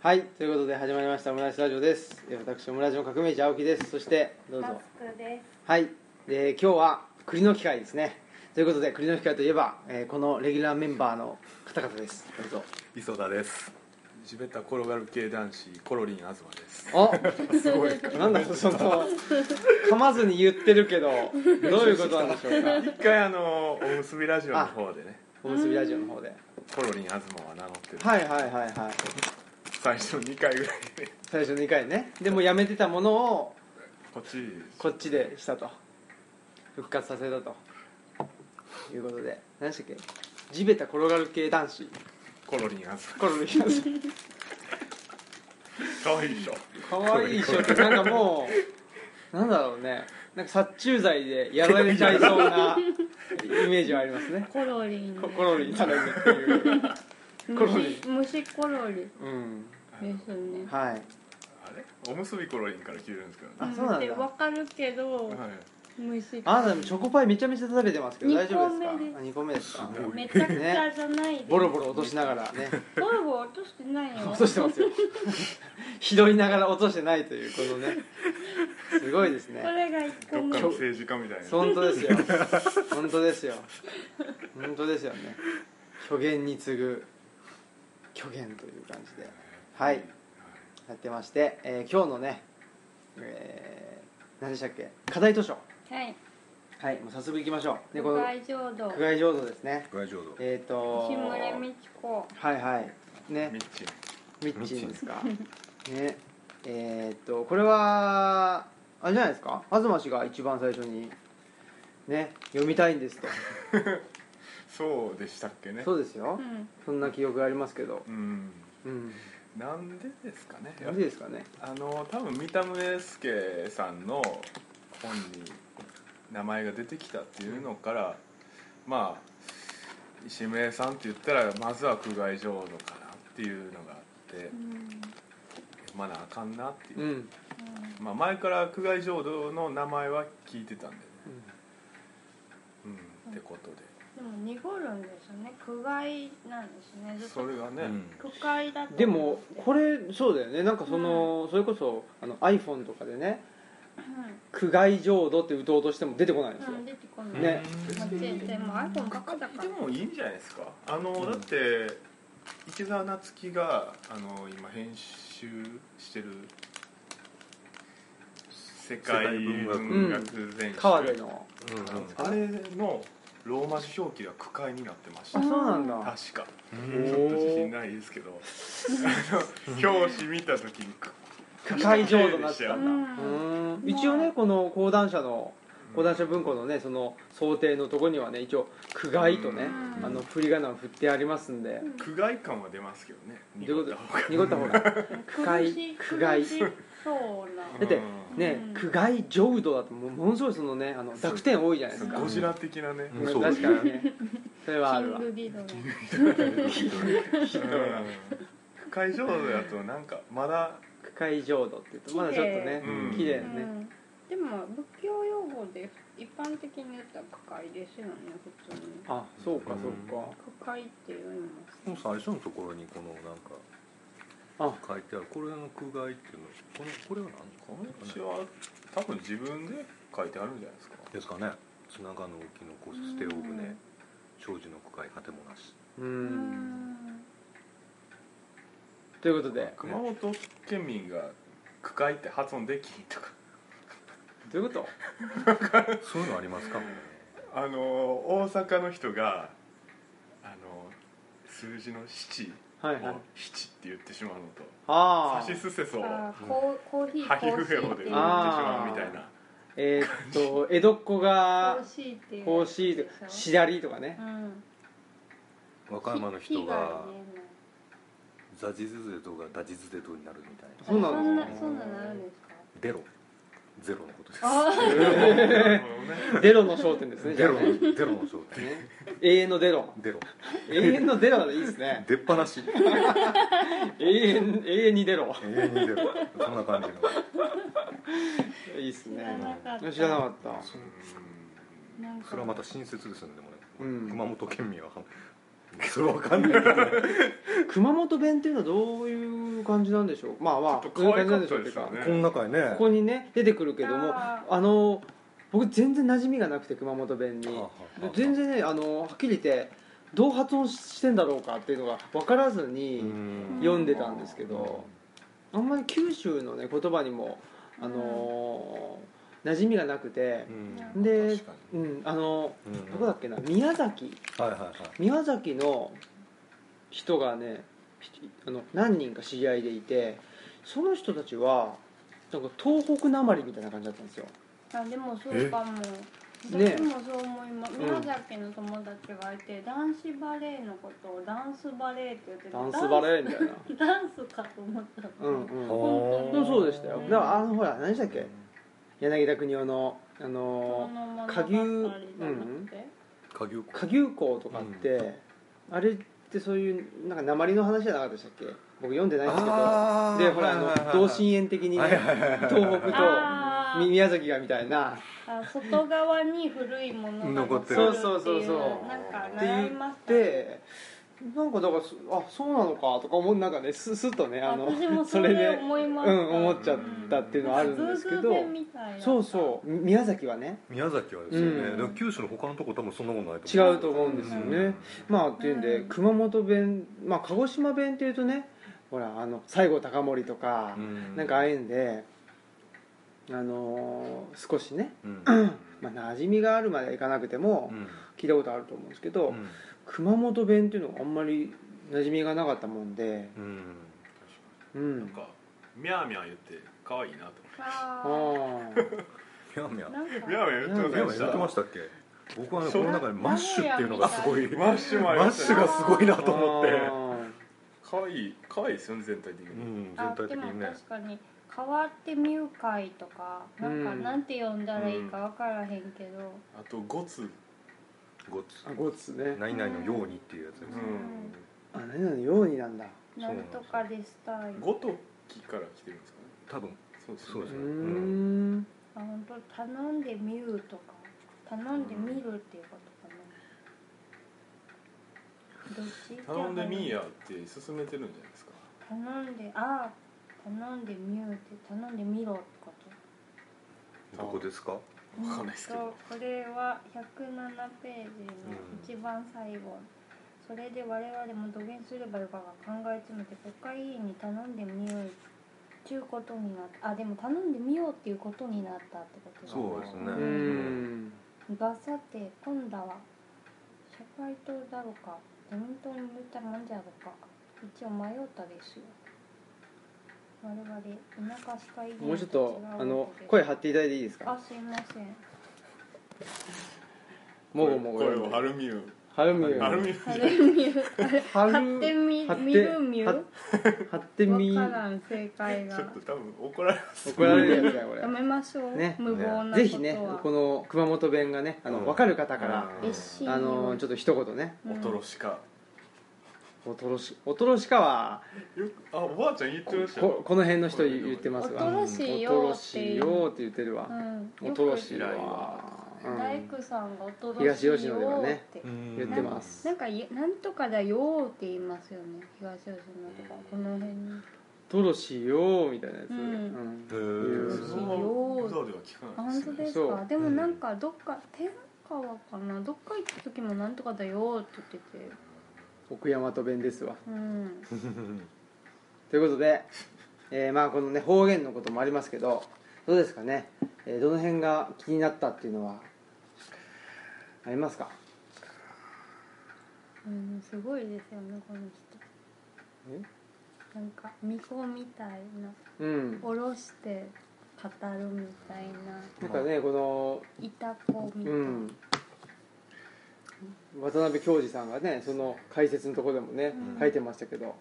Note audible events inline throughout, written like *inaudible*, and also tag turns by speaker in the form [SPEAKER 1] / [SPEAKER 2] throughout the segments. [SPEAKER 1] はい、ということで始まりましたオムライスラジオです。えー私、オムライスの革命児青木です。そして、どう
[SPEAKER 2] タ
[SPEAKER 1] ぞ。
[SPEAKER 2] スクです。
[SPEAKER 1] はい、で今日は栗の機会ですね。ということで、栗の機会といえば、えーこのレギュラーメンバーの方々です。どうぞ。
[SPEAKER 3] 磯田です地べた転がる系男子コロリン東 *laughs* です
[SPEAKER 1] *laughs* お
[SPEAKER 3] すごい一
[SPEAKER 1] なんだその、噛まずに言ってるけど、どういうことなんでしょうか。
[SPEAKER 3] *laughs* 回あのおむすびラジオの方でね
[SPEAKER 1] おむすびラジオの方で。
[SPEAKER 3] コロリン東は名乗ってる、
[SPEAKER 1] はいはいはいはい。
[SPEAKER 3] 最初2回ぐらいで
[SPEAKER 1] 最初2回ね。でもやめてたものを、
[SPEAKER 3] こっち
[SPEAKER 1] こっちでしたと。復活させたと。いうことで、何でしたっけ地べた転がる系男 *laughs* 子。
[SPEAKER 3] コロリン東
[SPEAKER 1] コロリーです
[SPEAKER 3] 可愛いでしょ
[SPEAKER 1] かわいい衣装ってなんかもうなんだろうねなんか殺虫剤でやられちゃいそう *laughs* なイメージはありますね
[SPEAKER 2] コロリン。
[SPEAKER 1] ココロリにされるっていうコロリ
[SPEAKER 2] 虫虫コロリ
[SPEAKER 1] うん
[SPEAKER 2] ですね。
[SPEAKER 1] はい
[SPEAKER 3] あれおむすびコロリンから聞いてるんですけど
[SPEAKER 1] あそうなんだ
[SPEAKER 2] でわかるけど
[SPEAKER 3] ね、はい、
[SPEAKER 2] 虫。
[SPEAKER 1] あなたでもチョコパイめちゃめちゃ食べてますけど大丈夫ですか
[SPEAKER 2] 二個目です
[SPEAKER 1] あ二個目ですか
[SPEAKER 2] めちゃくちゃじゃないで。
[SPEAKER 1] ボロボロ落としながらね
[SPEAKER 2] ボロボロ落としてないよ。
[SPEAKER 1] 落としてますよ *laughs* 拾いながら落としてないというこのねすごいです
[SPEAKER 2] こ
[SPEAKER 1] ね
[SPEAKER 2] れが一個
[SPEAKER 3] どっ
[SPEAKER 2] 目
[SPEAKER 3] か。の政治家みたいな
[SPEAKER 1] 本当ですよ本当ですよ本当ですよね虚言に次ぐ虚言という感じではいやってまして、えー今日のね、えー何でしたっけ課題図書
[SPEAKER 2] はい。
[SPEAKER 1] はいもう早速行きましょうでこ
[SPEAKER 2] 古
[SPEAKER 1] の
[SPEAKER 2] 外浄土。
[SPEAKER 1] 区外浄土ですね
[SPEAKER 3] ご愛情度
[SPEAKER 1] えっ、と
[SPEAKER 2] 志村美智子。
[SPEAKER 1] はいはいね
[SPEAKER 3] ミッチ
[SPEAKER 1] ミッチーですか *laughs* ねえーっとこれはあれじゃないですか東氏が一番最初にね読みたいん *laughs* ですと
[SPEAKER 3] そうでしたっけね
[SPEAKER 1] そうですよ
[SPEAKER 2] うん。
[SPEAKER 1] そんな記憶がありますけど
[SPEAKER 3] うん
[SPEAKER 1] うん
[SPEAKER 3] なんでですかね
[SPEAKER 1] 何でですかね
[SPEAKER 3] あの多分三田宗介さんの本に名前が出てきたっていうのから、まあ石牟礼さんって言ったらまずは苦外浄土かなっていうのがあって
[SPEAKER 2] うん
[SPEAKER 3] 読まなあかんなっていうう、
[SPEAKER 1] ん
[SPEAKER 3] まあ、前から苦外浄土の名前は聞いてたんでね、うん、ってことで
[SPEAKER 2] でも濁るんですよね。苦外なんですね。ずっ
[SPEAKER 3] そ
[SPEAKER 2] と
[SPEAKER 3] れがね、
[SPEAKER 2] 苦海だと。
[SPEAKER 1] でもこれそうだよねなんかそのそれこそあの iPhone とかでね「苦外浄土」って打とうとしても出てこないんです
[SPEAKER 2] うん。
[SPEAKER 1] よ
[SPEAKER 2] うん出てこない。
[SPEAKER 1] ね
[SPEAKER 2] 間違えてもう iPhone ばっかだから
[SPEAKER 3] で。もいいんじゃないですかあの、
[SPEAKER 1] うん
[SPEAKER 3] だって池澤夏樹があの今編集してる世界文学
[SPEAKER 1] 文学
[SPEAKER 3] 全集、
[SPEAKER 1] 川での
[SPEAKER 3] あれのローマ字表記が句会になってました
[SPEAKER 1] あ
[SPEAKER 3] 確
[SPEAKER 1] そうなんだ
[SPEAKER 3] か
[SPEAKER 1] うん
[SPEAKER 3] ちょっと自信ないですけどあの表紙見た時に句
[SPEAKER 1] 苦海浄土になってた
[SPEAKER 2] うん
[SPEAKER 1] だ
[SPEAKER 2] ん。
[SPEAKER 1] うーん一応ねこの講談社の講談社文庫のねその想定のとこにはね一応「苦害」とね
[SPEAKER 2] うん
[SPEAKER 1] あの振り仮名を振ってありますんで
[SPEAKER 3] 句会感は出ますけどね
[SPEAKER 1] どうい
[SPEAKER 3] 濁
[SPEAKER 1] うこと濁
[SPEAKER 3] った方が
[SPEAKER 1] った方が苦
[SPEAKER 2] 苦
[SPEAKER 1] 海
[SPEAKER 2] し
[SPEAKER 1] 苦海
[SPEAKER 2] 苦しそうな。
[SPEAKER 1] だって
[SPEAKER 3] うん
[SPEAKER 1] ね
[SPEAKER 2] うん
[SPEAKER 1] 苦害浄土だともうものすごいそのねあの濁点多いじゃないですか
[SPEAKER 3] ゴジラ的なね、
[SPEAKER 1] うん確かにね
[SPEAKER 2] *laughs*
[SPEAKER 1] それはあるわ
[SPEAKER 2] キングギドラ
[SPEAKER 3] うん会場だとなんかまだ
[SPEAKER 1] 苦海浄土って言うとまだちょっとね
[SPEAKER 3] うん
[SPEAKER 1] 綺麗
[SPEAKER 2] う
[SPEAKER 1] なね
[SPEAKER 2] ん、でも仏教用語で一般的に言ったら苦海ですよね普通に
[SPEAKER 1] あそうかそうか
[SPEAKER 2] 苦海っていうのも
[SPEAKER 4] この最初のところにこのなん
[SPEAKER 1] あ
[SPEAKER 4] か書いてあるこれの空外っていうのこのこれは
[SPEAKER 3] こ
[SPEAKER 4] 何
[SPEAKER 3] の詩は多分自分で書いてあるんじゃないですか
[SPEAKER 4] ですかね砂がの沖の子捨ておぐね長寿の区会果てもなし
[SPEAKER 1] う
[SPEAKER 2] うんん
[SPEAKER 1] ということで
[SPEAKER 3] 熊本県民が区会って発音できんとか
[SPEAKER 1] どういうこと
[SPEAKER 4] そういうのありますかもね
[SPEAKER 3] あのー大阪の人があのー数字の七
[SPEAKER 1] はいは
[SPEAKER 3] を
[SPEAKER 1] い
[SPEAKER 3] 七って言ってしまうのと
[SPEAKER 1] あ
[SPEAKER 3] さ
[SPEAKER 1] あ
[SPEAKER 3] しすせそをハ
[SPEAKER 2] あーコーコーヒー
[SPEAKER 3] ヒフヘホ
[SPEAKER 2] コーシーって
[SPEAKER 3] で言っ
[SPEAKER 2] いう
[SPEAKER 3] てしまうみたいな
[SPEAKER 1] えーっと江戸っ子が
[SPEAKER 2] コーシーっていう
[SPEAKER 1] こうし
[SPEAKER 2] で
[SPEAKER 1] と
[SPEAKER 2] しょ
[SPEAKER 1] か左とかね
[SPEAKER 2] うん
[SPEAKER 4] 和歌山の人
[SPEAKER 2] 火
[SPEAKER 4] が
[SPEAKER 2] 言
[SPEAKER 4] 「ザジズゼド」が「ダジズゼド」になるみたいな
[SPEAKER 1] そうな
[SPEAKER 2] えないそ
[SPEAKER 1] ん
[SPEAKER 2] ん
[SPEAKER 1] で
[SPEAKER 2] な
[SPEAKER 1] す
[SPEAKER 2] そんなのあるんですか
[SPEAKER 4] 「デロ」「ゼロ」のことです
[SPEAKER 2] あー
[SPEAKER 3] なるほどね
[SPEAKER 1] デロの焦点ですねじ
[SPEAKER 4] デ
[SPEAKER 1] ゃあ
[SPEAKER 4] ロ
[SPEAKER 1] ね
[SPEAKER 4] のデロの正体
[SPEAKER 1] ね永遠のデロ
[SPEAKER 4] デロ
[SPEAKER 1] 永遠のデロでいいですね
[SPEAKER 4] 出っ放し
[SPEAKER 1] 永遠永遠にデロ
[SPEAKER 4] 永遠にデロそんな感じの
[SPEAKER 1] いいです
[SPEAKER 2] 知ら
[SPEAKER 1] ね
[SPEAKER 2] なかった
[SPEAKER 1] 知らなかった
[SPEAKER 3] うん
[SPEAKER 2] なんか
[SPEAKER 4] それはまた親切ですよねでもね
[SPEAKER 1] うん
[SPEAKER 4] 熊本県民はそれわかんないけどね
[SPEAKER 1] 熊本弁っていうのはどういう感じなんでしょうまあまあ
[SPEAKER 3] ちょっと可愛かった
[SPEAKER 1] どういう感
[SPEAKER 3] で
[SPEAKER 1] じ
[SPEAKER 3] す
[SPEAKER 1] な
[SPEAKER 3] よ
[SPEAKER 1] んしょうっていう
[SPEAKER 3] ね
[SPEAKER 4] この中へね
[SPEAKER 1] かここにね出てくるけども
[SPEAKER 2] あ
[SPEAKER 1] あの僕全然馴染みがなくて熊本弁に
[SPEAKER 4] はあはあはあ
[SPEAKER 1] 全然ねあのはっきり言ってどう発音してんだろうかっていうのが分からず
[SPEAKER 4] う
[SPEAKER 1] に
[SPEAKER 4] ん
[SPEAKER 1] 読んでたんですけどあんまり九州のね言葉にもあのー馴染みがなくて
[SPEAKER 4] うん
[SPEAKER 2] うん
[SPEAKER 1] で
[SPEAKER 3] 確か
[SPEAKER 1] うんあの
[SPEAKER 4] うん
[SPEAKER 1] どこだっけな宮崎
[SPEAKER 4] はいはいはい
[SPEAKER 1] 宮崎の人がねひあの何人か知り合いでいてその人たちはなんか東北なまりみたいな感じだったんですよ
[SPEAKER 2] あでもそうかも
[SPEAKER 1] ね
[SPEAKER 2] 私もそう思います、
[SPEAKER 1] ん
[SPEAKER 2] 宮崎の友達がいて男子バレーのことをダンスバレーって言ってて
[SPEAKER 1] ダンスバレーみたいな
[SPEAKER 2] ーダンス *laughs* かと思った
[SPEAKER 1] うんうん
[SPEAKER 4] あ
[SPEAKER 1] ほ
[SPEAKER 4] ー
[SPEAKER 1] んとそうでしたよ
[SPEAKER 2] うん
[SPEAKER 1] だからあのほら何でしたっけ柳田国夫のあのー下
[SPEAKER 2] 下牛
[SPEAKER 1] 牛
[SPEAKER 2] じゃなくて、
[SPEAKER 4] 下牛
[SPEAKER 1] 下牛校とかって、あれってそういうなんか鉛の話じゃなかったでしたっけ僕読んでないんですけど
[SPEAKER 4] あー
[SPEAKER 1] でほらあ
[SPEAKER 4] はいはい
[SPEAKER 1] の
[SPEAKER 4] はい
[SPEAKER 1] 同心円的に
[SPEAKER 4] はいはい
[SPEAKER 1] ね
[SPEAKER 4] はいはい
[SPEAKER 1] 東北
[SPEAKER 2] あ
[SPEAKER 1] と
[SPEAKER 2] ー
[SPEAKER 1] み宮崎がみたいな
[SPEAKER 2] あ外側に古いものが残ってる
[SPEAKER 1] 残ってるそうそうそうそう
[SPEAKER 2] なんか
[SPEAKER 1] って
[SPEAKER 2] 習
[SPEAKER 1] 言
[SPEAKER 2] いましたね
[SPEAKER 1] ってなんかだからそあそうなのかとか思うなんかねすすっとねあの
[SPEAKER 2] 私も
[SPEAKER 1] そ
[SPEAKER 2] そ
[SPEAKER 1] れ
[SPEAKER 2] れ
[SPEAKER 1] で
[SPEAKER 2] 思いま
[SPEAKER 1] う
[SPEAKER 2] した、
[SPEAKER 1] ん思っちゃったっていうのはあるんですけど
[SPEAKER 2] ズーズー弁みたいな
[SPEAKER 1] そうそうみ宮崎はね
[SPEAKER 4] 宮崎はですよね、
[SPEAKER 1] うん
[SPEAKER 4] でも九州の他のとこ多分そんなことないと
[SPEAKER 1] 違
[SPEAKER 4] 思う
[SPEAKER 1] うと思うんですよね、
[SPEAKER 4] うん
[SPEAKER 1] まあっていうんで、
[SPEAKER 2] うん
[SPEAKER 1] 熊本弁まあ鹿児島弁っていうとねほらあの西郷隆盛とか、
[SPEAKER 4] うん
[SPEAKER 1] なんかああいうんであのー少しね、
[SPEAKER 4] うん
[SPEAKER 1] まあ、馴染みがあるまではいかなくても
[SPEAKER 4] うん
[SPEAKER 1] 聞いたことあると思うんですけど、
[SPEAKER 4] うん
[SPEAKER 1] 熊本弁っていうのはあんまり馴染みがなかったもんで、
[SPEAKER 4] うん
[SPEAKER 1] う
[SPEAKER 3] なん
[SPEAKER 1] ん、
[SPEAKER 3] かミャーミャー言って可愛いなと
[SPEAKER 1] あ
[SPEAKER 2] あー
[SPEAKER 1] ー
[SPEAKER 4] みゃみゃみゃ
[SPEAKER 2] なんか
[SPEAKER 3] ミャーミャー言って
[SPEAKER 4] み
[SPEAKER 3] ま
[SPEAKER 4] ゃ
[SPEAKER 3] した
[SPEAKER 4] 言ってましたっけ僕はね
[SPEAKER 3] そ
[SPEAKER 4] こ
[SPEAKER 3] う
[SPEAKER 4] の中にマッシュっていうのがすごい
[SPEAKER 3] マッシュも
[SPEAKER 4] マ
[SPEAKER 3] ありま
[SPEAKER 4] ッ
[SPEAKER 3] し
[SPEAKER 4] シ
[SPEAKER 3] た
[SPEAKER 4] ュ
[SPEAKER 3] ね
[SPEAKER 4] がすごいなと思って
[SPEAKER 3] 可愛い可愛いですよね全体的
[SPEAKER 4] う
[SPEAKER 3] に、
[SPEAKER 4] ん全
[SPEAKER 2] あ
[SPEAKER 4] 体
[SPEAKER 2] で
[SPEAKER 4] 的
[SPEAKER 2] も
[SPEAKER 4] にね
[SPEAKER 2] 確かに変わってミュウカイとかなんか
[SPEAKER 1] うん
[SPEAKER 2] なんて呼んだらいいかわからへんけど、
[SPEAKER 3] あとゴツ
[SPEAKER 4] ごっ
[SPEAKER 1] あ
[SPEAKER 4] つ
[SPEAKER 1] ごつね
[SPEAKER 4] 何々のようにっていうやつです
[SPEAKER 3] う
[SPEAKER 4] ね
[SPEAKER 3] ん
[SPEAKER 1] あ何々のようになんだ
[SPEAKER 2] なんとかでしたい
[SPEAKER 3] ごときから来てるんですかね
[SPEAKER 4] 多分
[SPEAKER 3] そうです
[SPEAKER 4] そう
[SPEAKER 1] う
[SPEAKER 4] で
[SPEAKER 1] ー
[SPEAKER 4] す
[SPEAKER 1] ん
[SPEAKER 2] あ本当頼んでみるとか頼んでみるっていうことかな、どっち
[SPEAKER 3] 頼んでみーやって勧めてるんじゃないですか
[SPEAKER 2] 頼んであ頼んでみるって頼んでみろってこと
[SPEAKER 4] どこですか
[SPEAKER 3] わかんないですけ
[SPEAKER 2] うん
[SPEAKER 3] ど
[SPEAKER 2] とこれは107ページの
[SPEAKER 4] うん
[SPEAKER 2] 一番最後、それで我々もどげんすればよかが考え詰めて国会議員に頼んでみようちゅうことになったあでも頼んでみようっていうことになったってことだ
[SPEAKER 4] そうですね
[SPEAKER 1] うー
[SPEAKER 4] うん
[SPEAKER 1] ん
[SPEAKER 2] がさて今度は社会党だろうか自民党に向いたもんじゃろうか一応迷ったですよ我々田舎市会議員
[SPEAKER 1] もうちょっ
[SPEAKER 2] 違
[SPEAKER 1] と
[SPEAKER 2] うわけで
[SPEAKER 1] あの声張っていただいていいです
[SPEAKER 2] あ
[SPEAKER 1] か
[SPEAKER 2] すいま
[SPEAKER 1] *laughs*
[SPEAKER 2] せん
[SPEAKER 1] もごもご
[SPEAKER 3] これ
[SPEAKER 1] よ
[SPEAKER 3] をハルミュ
[SPEAKER 1] はるみ
[SPEAKER 3] ー
[SPEAKER 1] よ
[SPEAKER 3] ハルミュー
[SPEAKER 2] あれ見るあ
[SPEAKER 1] は
[SPEAKER 2] れ貼ってみ
[SPEAKER 1] 貼って
[SPEAKER 2] 見る見る
[SPEAKER 1] 貼っ張ってみ
[SPEAKER 2] わからん正解
[SPEAKER 3] ちょ
[SPEAKER 2] が
[SPEAKER 3] っと多分怒られます
[SPEAKER 1] 怒られるやつだよこ
[SPEAKER 2] やめましょう、
[SPEAKER 1] ね
[SPEAKER 2] 無謀なことは
[SPEAKER 1] れぜひねこの熊本弁がねあ
[SPEAKER 4] う
[SPEAKER 1] の
[SPEAKER 4] ん
[SPEAKER 1] 分かる方から
[SPEAKER 3] うん
[SPEAKER 2] 別紙
[SPEAKER 1] あのちょっと一言ね
[SPEAKER 2] うん
[SPEAKER 3] おとろしか
[SPEAKER 1] おとろしおとろしかは
[SPEAKER 3] よくあおばあちゃん言ってました
[SPEAKER 1] こ
[SPEAKER 3] よ
[SPEAKER 1] この辺の人言ってますわ
[SPEAKER 2] おとろしよ
[SPEAKER 1] おと
[SPEAKER 2] ー
[SPEAKER 1] ろ
[SPEAKER 2] って
[SPEAKER 1] し
[SPEAKER 2] いう
[SPEAKER 1] よーって言ってるわ
[SPEAKER 2] うん
[SPEAKER 1] お
[SPEAKER 2] よ
[SPEAKER 1] とろ
[SPEAKER 2] く
[SPEAKER 1] しはうん
[SPEAKER 2] 大工さんがおとろしよ
[SPEAKER 1] 東
[SPEAKER 2] ーって
[SPEAKER 1] 吉野ではね言って
[SPEAKER 2] な
[SPEAKER 1] ま
[SPEAKER 2] ん
[SPEAKER 1] す
[SPEAKER 2] なんかいなんとかだよーって言いますよね東吉野とかこの辺に
[SPEAKER 1] トロシよーみたいなやつ、
[SPEAKER 2] うん
[SPEAKER 1] うん
[SPEAKER 4] へえ
[SPEAKER 1] うん
[SPEAKER 3] そのまま裏では聞
[SPEAKER 2] あ
[SPEAKER 3] かな
[SPEAKER 2] 本
[SPEAKER 3] いです
[SPEAKER 2] 当
[SPEAKER 3] ね
[SPEAKER 2] です
[SPEAKER 1] そ
[SPEAKER 2] か
[SPEAKER 1] う
[SPEAKER 2] でもなんかどっか天川かなどっか行った時もなんとかだよーって言ってて
[SPEAKER 1] 奥大和弁ですわ
[SPEAKER 2] うん
[SPEAKER 1] ということで、えーまあこのね方言のこともありますけどどうですかね、えーどの辺が気になったっていうのはありますか
[SPEAKER 2] うん、すごいですよねこの
[SPEAKER 1] え
[SPEAKER 2] 人なんか巫女みたいな
[SPEAKER 1] うん
[SPEAKER 2] 下ろして語るみたい
[SPEAKER 1] な
[SPEAKER 2] な
[SPEAKER 1] んかねこ
[SPEAKER 2] いた子み
[SPEAKER 1] の
[SPEAKER 2] たいな、
[SPEAKER 1] うん渡辺教授さんがねその解説のところでもね、
[SPEAKER 2] うん
[SPEAKER 1] 書いてましたけど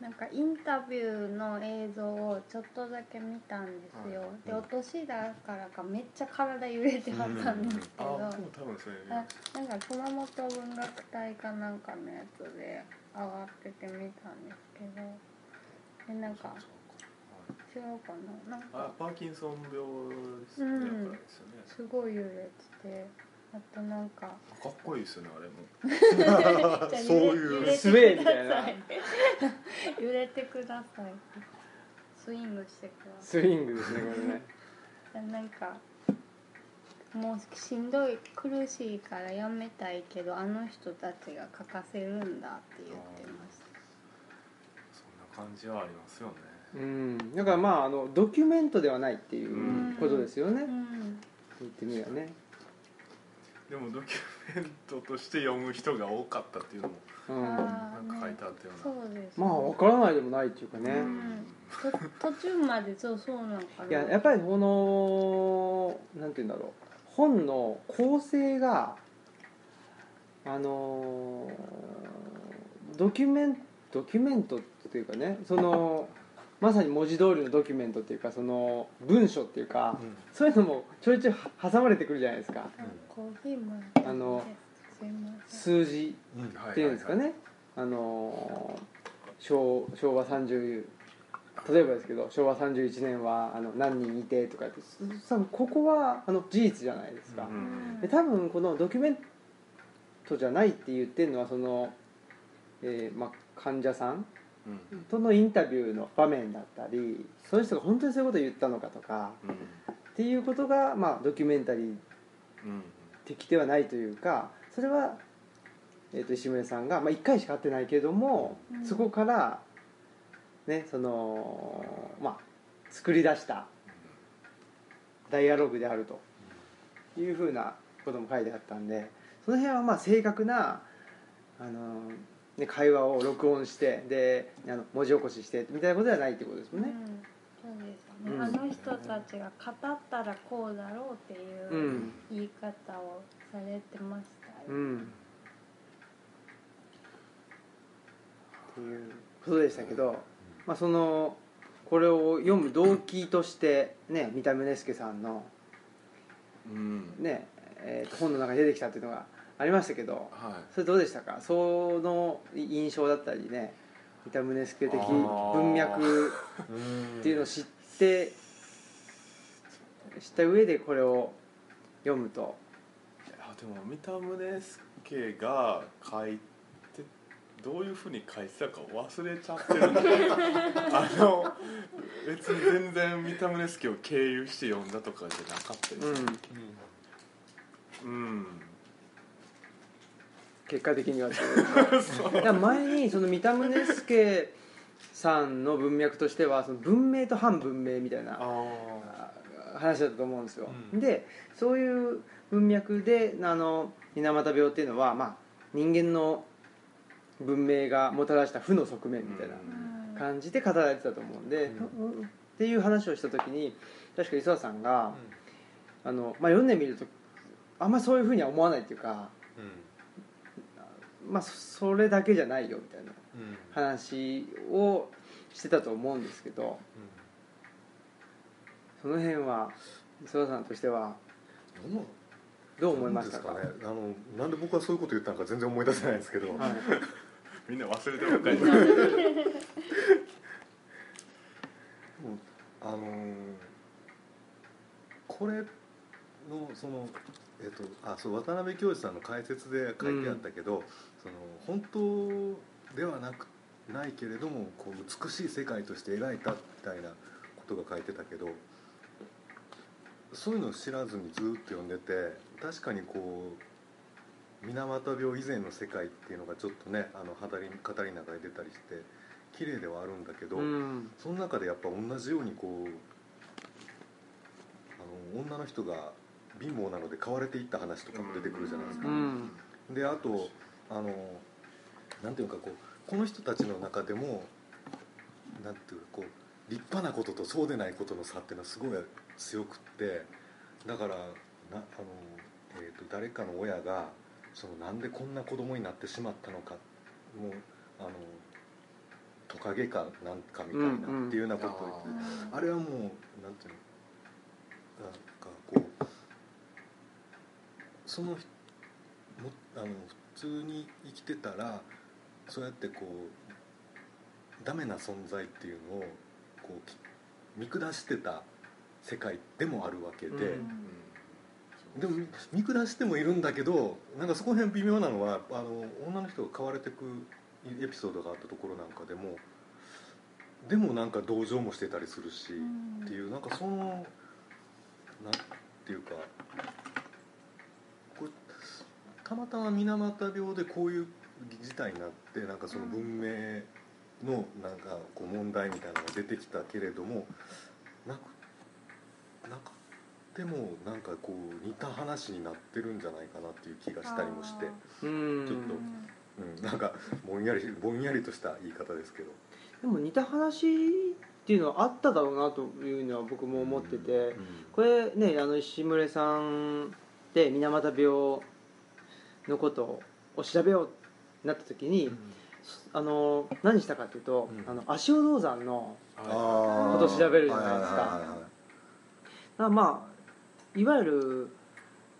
[SPEAKER 2] なんかインタビューの映像をちょっとだけ見たんですよ、でお年だからかめっちゃ体揺れてはったんですけ
[SPEAKER 3] あ
[SPEAKER 2] ど、
[SPEAKER 3] もう多分それ
[SPEAKER 2] あなんか熊本文学隊かなんかのやつで上がってて見たんですけどでなんか違うかななんか
[SPEAKER 3] あパーキンソン病です
[SPEAKER 2] う
[SPEAKER 3] ね
[SPEAKER 2] ん
[SPEAKER 3] やっぱりですよね
[SPEAKER 2] すごい揺れててあとなんか
[SPEAKER 3] かっこいいですよねあれも
[SPEAKER 2] そう
[SPEAKER 3] いう
[SPEAKER 1] スウェーみたいな
[SPEAKER 2] 揺れてくださいスイングしてくださ
[SPEAKER 1] スイングですねこれね
[SPEAKER 2] いなんかもうしんどい苦しいからやめたいけどあの人たちが書かせるんだって言ってまし
[SPEAKER 3] そんな感じはありますよね
[SPEAKER 1] うんだからまああのドキュメントではないってい
[SPEAKER 3] ん
[SPEAKER 1] うことですよ
[SPEAKER 2] たう
[SPEAKER 1] ね
[SPEAKER 2] ん
[SPEAKER 1] 言ってみればね
[SPEAKER 3] でもドキュメントとして読む人が多かったっていうのも
[SPEAKER 1] うん
[SPEAKER 2] あ
[SPEAKER 3] なんか書いてあったような
[SPEAKER 2] そうです
[SPEAKER 1] まあ分からないでもないっていうかね、
[SPEAKER 2] うんと途中までそうそうなんかない
[SPEAKER 1] ややっぱりこのなんて言うんだろう本の構成があのードキュメンドキュメントっていうかねそのまさに文字通りのドキュメントっていうかその文書っていうか、
[SPEAKER 4] うん
[SPEAKER 1] そういうのもちょいちょい挟まれてくるじゃないですか
[SPEAKER 2] あコーヒーもやってます
[SPEAKER 1] あの
[SPEAKER 2] すいません
[SPEAKER 1] 数字
[SPEAKER 4] うん
[SPEAKER 3] は
[SPEAKER 1] っていうんですかね、あのー昭昭和30例えばですけど昭和31年はあの何人いてとかって多分ここはあの事実じゃないですか、
[SPEAKER 3] うん
[SPEAKER 1] で多分このドキュメントじゃないって言ってるのはその、えーまあ、患者さん
[SPEAKER 3] うん
[SPEAKER 1] とのインタビューの場面だったりその人が本当にそういうことを言ったのかとか
[SPEAKER 3] うん
[SPEAKER 1] っていうことが、まあ、ドキュメンタリー
[SPEAKER 3] うん
[SPEAKER 1] 的ではないというかそれは、えー、と石村さんが、まあ、1回しか会ってないけれども、
[SPEAKER 2] うん
[SPEAKER 1] そこから、ねそのまあ、作り出したダイアログであるというふうなことも書いてあったんでその辺はまあ正確な、あのね、会話を録音してであの文字起こししてみたいなことではないってことです
[SPEAKER 2] う
[SPEAKER 1] もんね。
[SPEAKER 2] んそうですね、
[SPEAKER 1] うん
[SPEAKER 2] あの人たちが語ったらこうだろうって
[SPEAKER 1] う
[SPEAKER 2] いうん言い方をされてました
[SPEAKER 1] う
[SPEAKER 2] よ、
[SPEAKER 1] んっていうことでしたけど、まあ、そのこれを読む動機としてね三田宗介さんの、
[SPEAKER 3] うん
[SPEAKER 1] ねえーと本の中に出てきたっていうのがありましたけど
[SPEAKER 3] はい
[SPEAKER 1] それどうでしたかその印象だったりね三田宗介的
[SPEAKER 3] あー
[SPEAKER 1] 文脈
[SPEAKER 4] うん
[SPEAKER 1] っていうのを知って知った上でこれを読むと。
[SPEAKER 3] あでも三田宗介が書いてどういうふうに書いてたか忘れちゃってるんだあの別に全然三田宗介を経由して読んだとかじゃなかった
[SPEAKER 1] う
[SPEAKER 3] です
[SPEAKER 1] ん
[SPEAKER 4] うん
[SPEAKER 3] うん、
[SPEAKER 1] 結果的にはっていうだから前にその三田宗介さんの文脈としてはその文明と反文明みたい
[SPEAKER 3] あ
[SPEAKER 1] な
[SPEAKER 3] あ
[SPEAKER 1] あ話だったと思うんですよ、
[SPEAKER 4] うん
[SPEAKER 1] でそういう文脈であの水俣病っていうのは、まあ、人間の文明がもたらした負の側面みたいな
[SPEAKER 3] うん
[SPEAKER 2] うん
[SPEAKER 1] 感じで語られてたと思うんで、っていう話をした時に確か磯田さんが、あのまあ、読んでみるとあんまりそういうふうには思わないっていうか
[SPEAKER 4] う
[SPEAKER 1] まあ、そそれだけじゃないよみたいなん
[SPEAKER 4] うん
[SPEAKER 1] 話をしてたと思うんですけどその辺は磯田さんとしては
[SPEAKER 4] うんなん
[SPEAKER 1] どう思いましたか
[SPEAKER 4] なんですねあのなんで僕はそういうこと言ったのか全然思い出せないんですけど、
[SPEAKER 1] はい、
[SPEAKER 3] みんな忘れてばっかりだ
[SPEAKER 4] うんあのーこれのそのえっとあそう渡辺教授さんの解説で書いてあったけど、その本当ではなくないけれどもこう美しい世界として描いたみたいなことが書いてたけどそういうのを知らずにずっと読んでて確かにこう水俣病以前の世界っていうのがちょっとねあの語り語りの中で出たりして綺麗ではあるんだけど。
[SPEAKER 1] うん
[SPEAKER 4] その中でやっぱ同じようにこうあの女の人が貧乏なので買われていった話とかも出てくるじゃないですか
[SPEAKER 1] う、ん
[SPEAKER 4] であとあのなんていうかこうこの人たちの中でもなんていうかこう立派なこととそうでないことの差っていうのはすごい強くってだからなあの、えー、と誰かの親がそのなんでこんな子供になってしまったのかもうあのトカゲかなんかみたいな
[SPEAKER 1] うんうん
[SPEAKER 4] っていうようなことを言って
[SPEAKER 3] あ
[SPEAKER 4] あれはもうなんていうのなんかこうそのひもあの普通に生きてたらそうやってこうダメな存在っていうのをこうき見下してた世界でもあるわけで、
[SPEAKER 1] うん
[SPEAKER 3] うん
[SPEAKER 4] でも見見下してもいるんだけどなんかそこら辺微妙なのはあの女の人が買われてくエピソードがあったところなんかでもでもなんか同情もしてたりするし、
[SPEAKER 2] ん
[SPEAKER 4] っていうなんかそのなんていうかこれたまたま水俣病でこういう事態になってなんかその文明のなんかこう問題みたいなのが出てきたけれどもなくなくてもなんかこう似た話になってるんじゃないかなっていう気がしたりもして
[SPEAKER 2] あー、
[SPEAKER 1] うん
[SPEAKER 4] ちょっと
[SPEAKER 2] うん
[SPEAKER 4] うん、なんかぼんやりぼんやりとした言い方ですけど。
[SPEAKER 1] でも似た話っていうのはあっただろうなというのは僕も思ってて、
[SPEAKER 4] うん
[SPEAKER 1] これねあの石牟さんで水俣病のことを調べようってなった時に、あの何したかっていうと、
[SPEAKER 4] うん
[SPEAKER 1] あの足尾銅山の
[SPEAKER 4] あー
[SPEAKER 1] こと調べるじゃないですか
[SPEAKER 4] はいはいはいはい
[SPEAKER 1] まあまあいわゆる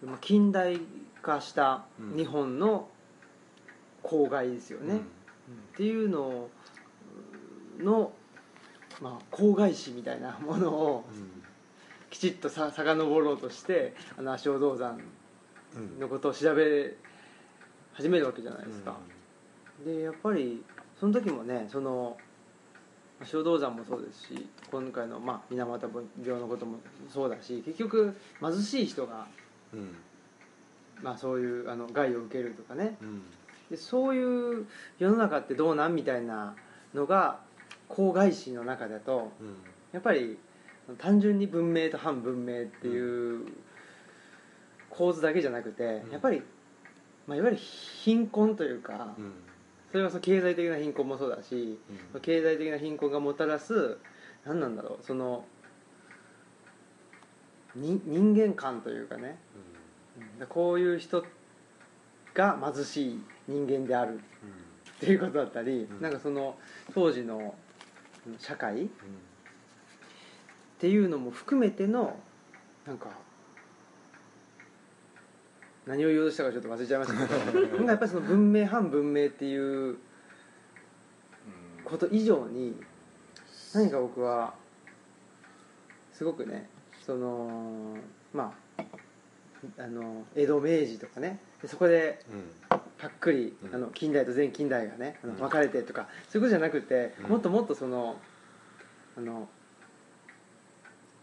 [SPEAKER 1] まあ近代化した
[SPEAKER 4] うん
[SPEAKER 1] 日本の郊外ですよね、
[SPEAKER 4] う
[SPEAKER 1] っ
[SPEAKER 4] ん
[SPEAKER 1] ていうのの、まあ、郊外史みたいなものをきちっとさ遡ろうとしてあの足尾銅山
[SPEAKER 4] うん
[SPEAKER 1] のことを調べ始めるわけじゃないですか、でやっぱりその時もねその小道山もそうですし今回の、まあ、水俣病のこともそうだし結局貧しい人が、
[SPEAKER 4] うんうん
[SPEAKER 1] まあ、そういうあの害を受けるとかね
[SPEAKER 4] うん
[SPEAKER 1] でそういう世の中ってどうなんみたいなのが郊外市の中だと
[SPEAKER 4] うん
[SPEAKER 1] やっぱり単純に文明と反文明っていう構図だけじゃなくて
[SPEAKER 4] うん
[SPEAKER 1] やっぱり、まあ、いわゆる貧困というか。
[SPEAKER 4] うん
[SPEAKER 1] それはその経済的な貧困もそうだし
[SPEAKER 4] うん
[SPEAKER 1] 経済的な貧困がもたらす何なんだろうそのに人間観というかねこういう人が貧しい人間であるっていうことだったり、
[SPEAKER 4] うん
[SPEAKER 1] なんかその当時のうん社会っ
[SPEAKER 4] うん
[SPEAKER 1] ていうのも含めてのなんか何を言おうとしたかちょっと忘れちゃいましたけど
[SPEAKER 4] *laughs*
[SPEAKER 1] なんかやっぱりその文明反文明っていうこと以上に何か僕はすごくねそのまああの江戸明治とかねでそこで
[SPEAKER 4] うん
[SPEAKER 1] パックリ、
[SPEAKER 4] うん
[SPEAKER 1] あの近代と全近代がねあの
[SPEAKER 4] うん
[SPEAKER 1] 分かれてとか、そういうことじゃなくて、
[SPEAKER 4] うん
[SPEAKER 1] もっともっとそのあの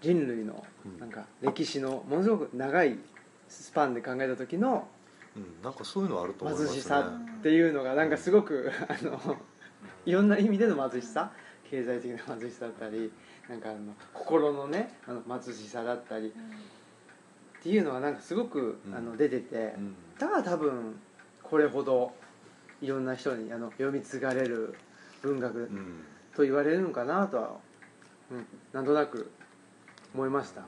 [SPEAKER 1] 人類の
[SPEAKER 4] うん
[SPEAKER 1] なんか歴史のものすごく長いスパンで考えた時の
[SPEAKER 4] うんなんかそういうのあると思います
[SPEAKER 1] 貧
[SPEAKER 4] ね
[SPEAKER 1] しさっていうのがなんかすごく、あの。いろんな意味での貧しさ経済的な貧しさだったりなんかあの心のねあの貧しさだったりっていうのがなんかすごく、
[SPEAKER 4] うん
[SPEAKER 1] あの出てて
[SPEAKER 4] うん
[SPEAKER 1] だから多分これほどいろんな人にあの読み継がれる文学
[SPEAKER 4] うん
[SPEAKER 1] と言われるのかなとは、うん、なんとなく思いました、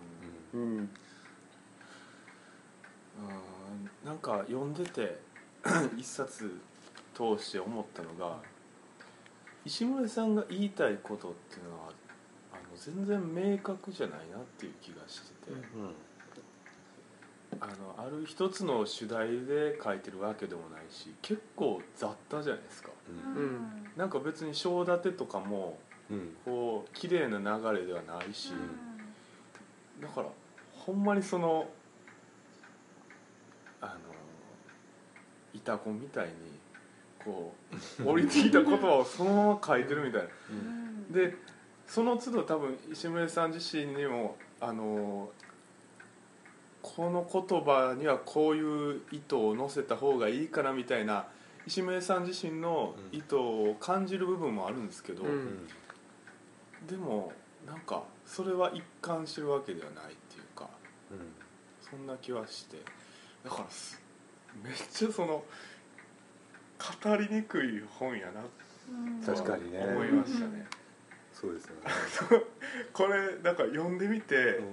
[SPEAKER 4] う
[SPEAKER 1] うん、
[SPEAKER 3] うんなんか読んでて *clears throat* 一冊通して思ったのが石森さんが言いたいことっていうのはあの全然明確じゃないなっていう気がしてて、
[SPEAKER 1] うん
[SPEAKER 4] ん
[SPEAKER 3] あのある一つの主題で書いてるわけでもないし結構雑多じゃないですか
[SPEAKER 4] うん
[SPEAKER 1] ん
[SPEAKER 3] なんか別に章立てとかも
[SPEAKER 4] うん
[SPEAKER 3] こう綺麗な流れではないし、だからほんまにそのあのイタコみたいにこ
[SPEAKER 1] *laughs*
[SPEAKER 3] う降りてきた言葉をそのまま書いてるみたいな
[SPEAKER 2] うん
[SPEAKER 3] でその都度多分石牟さん自身にもあのこの言葉にはこういう意図を乗せた方がいいからみたいな石牟さん自身の意図を感じる部分もあるんですけど、
[SPEAKER 1] うん
[SPEAKER 4] うん
[SPEAKER 3] でもなんかそれは一貫してるわけではないっていうか
[SPEAKER 4] うん
[SPEAKER 3] そんな気はしてだからすめっちゃその語りにくい本やなとは
[SPEAKER 4] 確かにね
[SPEAKER 3] 思いましたね。
[SPEAKER 4] そうですよね
[SPEAKER 3] これなんか読んでみて、
[SPEAKER 4] う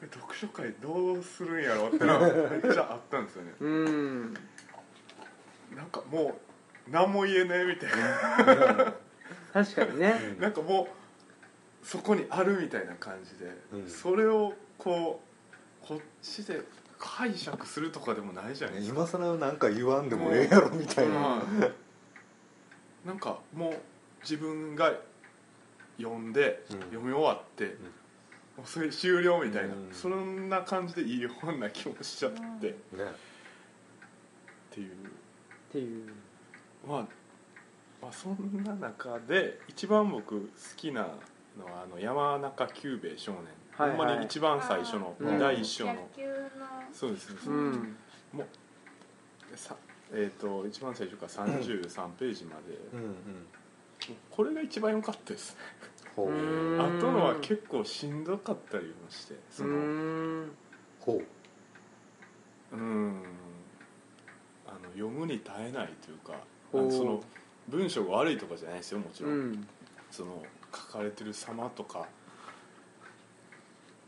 [SPEAKER 3] これ
[SPEAKER 4] ん
[SPEAKER 3] 読書会どうするんやろってのはめっちゃあったんですよね
[SPEAKER 1] うん
[SPEAKER 3] なんかもう何も言えねえみたいな
[SPEAKER 1] 確かにね
[SPEAKER 4] うん
[SPEAKER 3] なんかもうそこにあるみたいな感じで、
[SPEAKER 4] うん
[SPEAKER 3] それをこうこっちで解釈するとかでもないじゃないですか、
[SPEAKER 4] 今更なんか言わんでもええやろみたいな
[SPEAKER 3] うんなんかもう自分が読んで、
[SPEAKER 4] うん
[SPEAKER 3] 読み終わって、
[SPEAKER 4] ん
[SPEAKER 3] もうそれ終了みたいな、
[SPEAKER 4] うん
[SPEAKER 3] そんな感じでいい本な気もしちゃって、
[SPEAKER 2] うん
[SPEAKER 4] ね
[SPEAKER 3] っていう
[SPEAKER 1] ていう
[SPEAKER 3] まあ、まあそんな中で一番僕好きなのはあの山中久兵衛少年、
[SPEAKER 1] はいはい
[SPEAKER 3] ほんまに一番最初の
[SPEAKER 1] あー
[SPEAKER 3] 第一章の、
[SPEAKER 2] 野球の
[SPEAKER 3] そうですね、
[SPEAKER 1] う
[SPEAKER 3] そうんさえー、と一番最初から33ページまで、
[SPEAKER 4] うんうん
[SPEAKER 3] もうこれが一番良かったですね、
[SPEAKER 4] ほ
[SPEAKER 1] うん
[SPEAKER 4] う
[SPEAKER 3] あとのは結構しんどかったりもしてそうのうん
[SPEAKER 1] ん
[SPEAKER 4] ほ
[SPEAKER 3] あの読むに耐えないというかあ
[SPEAKER 1] ほう
[SPEAKER 3] のその文章が悪いとかじゃないですよもちろ、
[SPEAKER 1] うんん
[SPEAKER 3] その書かれてる様とか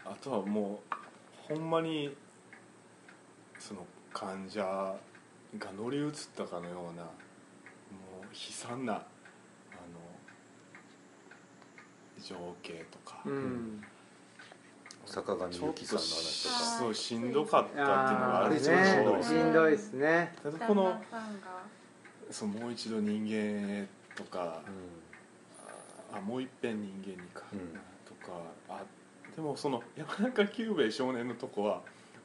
[SPEAKER 3] あとはもうほんまにその患者が乗り移ったかのようなもう悲惨なあの情景とか、
[SPEAKER 1] うん
[SPEAKER 4] 坂上
[SPEAKER 3] ちょっ
[SPEAKER 4] 由紀さ
[SPEAKER 3] と
[SPEAKER 4] んの話とか
[SPEAKER 2] か
[SPEAKER 3] そうしんどかったっていうのがあるんです
[SPEAKER 4] あーね
[SPEAKER 3] けど
[SPEAKER 4] あれ
[SPEAKER 1] しんどいですね
[SPEAKER 3] ただ
[SPEAKER 2] 旦
[SPEAKER 3] この
[SPEAKER 2] 那さんが
[SPEAKER 3] そのもう一度人間へとか、
[SPEAKER 4] う
[SPEAKER 3] あもう一遍人間にか、
[SPEAKER 4] うん
[SPEAKER 3] とかあでもその山中久兵衛少年のとこは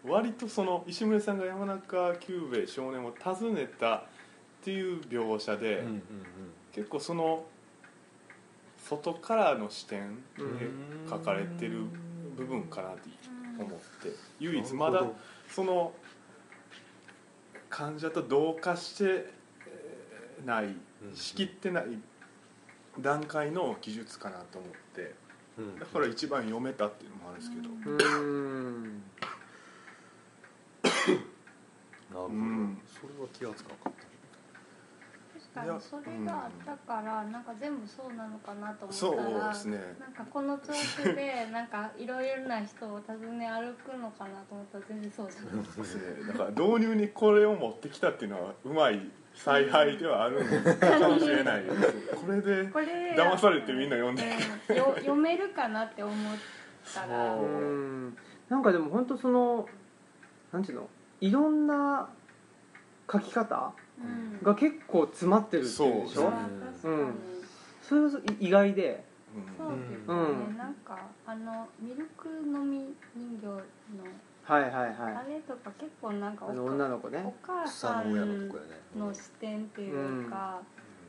[SPEAKER 3] 割とその石村さんが山中久兵衛少年を訪ねたっていう描写で、
[SPEAKER 4] んうん
[SPEAKER 3] 結構その外からの視点で
[SPEAKER 4] うん
[SPEAKER 3] 書かれてる部分かなって思って、
[SPEAKER 4] うん
[SPEAKER 3] 唯一ま
[SPEAKER 4] な
[SPEAKER 3] だ
[SPEAKER 4] るほど
[SPEAKER 3] その患者と同化してえーない
[SPEAKER 4] うん
[SPEAKER 3] 仕切ってない段階の技術かなと思って
[SPEAKER 4] うん
[SPEAKER 3] だから一番読めたっていうのもあるんですけど
[SPEAKER 2] うん
[SPEAKER 1] うん
[SPEAKER 4] なるほど、
[SPEAKER 3] うん
[SPEAKER 4] それは気がつかなかった
[SPEAKER 2] 確かにそれがあったからなんか全部そうなのかなと
[SPEAKER 3] そ
[SPEAKER 2] 思った
[SPEAKER 3] う
[SPEAKER 2] ら
[SPEAKER 3] ですね
[SPEAKER 2] なんかこの調子でなんかいろいろな人を訪ね歩くのかなと思ったら全然そうじゃない
[SPEAKER 3] そうですねだから導入にこれを持ってきたっていうのはうまい采配ではあるのかもしれないですこれで
[SPEAKER 2] これ
[SPEAKER 3] 騙されてみんな読んで
[SPEAKER 2] うんよ読めるかなって思ったら
[SPEAKER 3] そう
[SPEAKER 1] うんなんかでも本当そのなんていうのいろんな書き方
[SPEAKER 2] うん
[SPEAKER 1] が結構詰まってるっていうでし
[SPEAKER 3] そ
[SPEAKER 1] ょ
[SPEAKER 2] それ
[SPEAKER 3] う
[SPEAKER 2] は確かに
[SPEAKER 1] それは意外で
[SPEAKER 2] そう
[SPEAKER 3] うん
[SPEAKER 2] ですよね、
[SPEAKER 1] うん
[SPEAKER 2] なんかあのミルク飲み人形の
[SPEAKER 1] はいはい
[SPEAKER 2] あ
[SPEAKER 1] は
[SPEAKER 2] れとか結構なんか
[SPEAKER 1] い
[SPEAKER 2] お
[SPEAKER 1] あの
[SPEAKER 2] か
[SPEAKER 1] 女の子
[SPEAKER 2] お
[SPEAKER 1] ね
[SPEAKER 2] 母
[SPEAKER 4] 草
[SPEAKER 2] さ
[SPEAKER 4] の親のとこや
[SPEAKER 2] ん
[SPEAKER 4] ね、
[SPEAKER 2] の視点っていうか、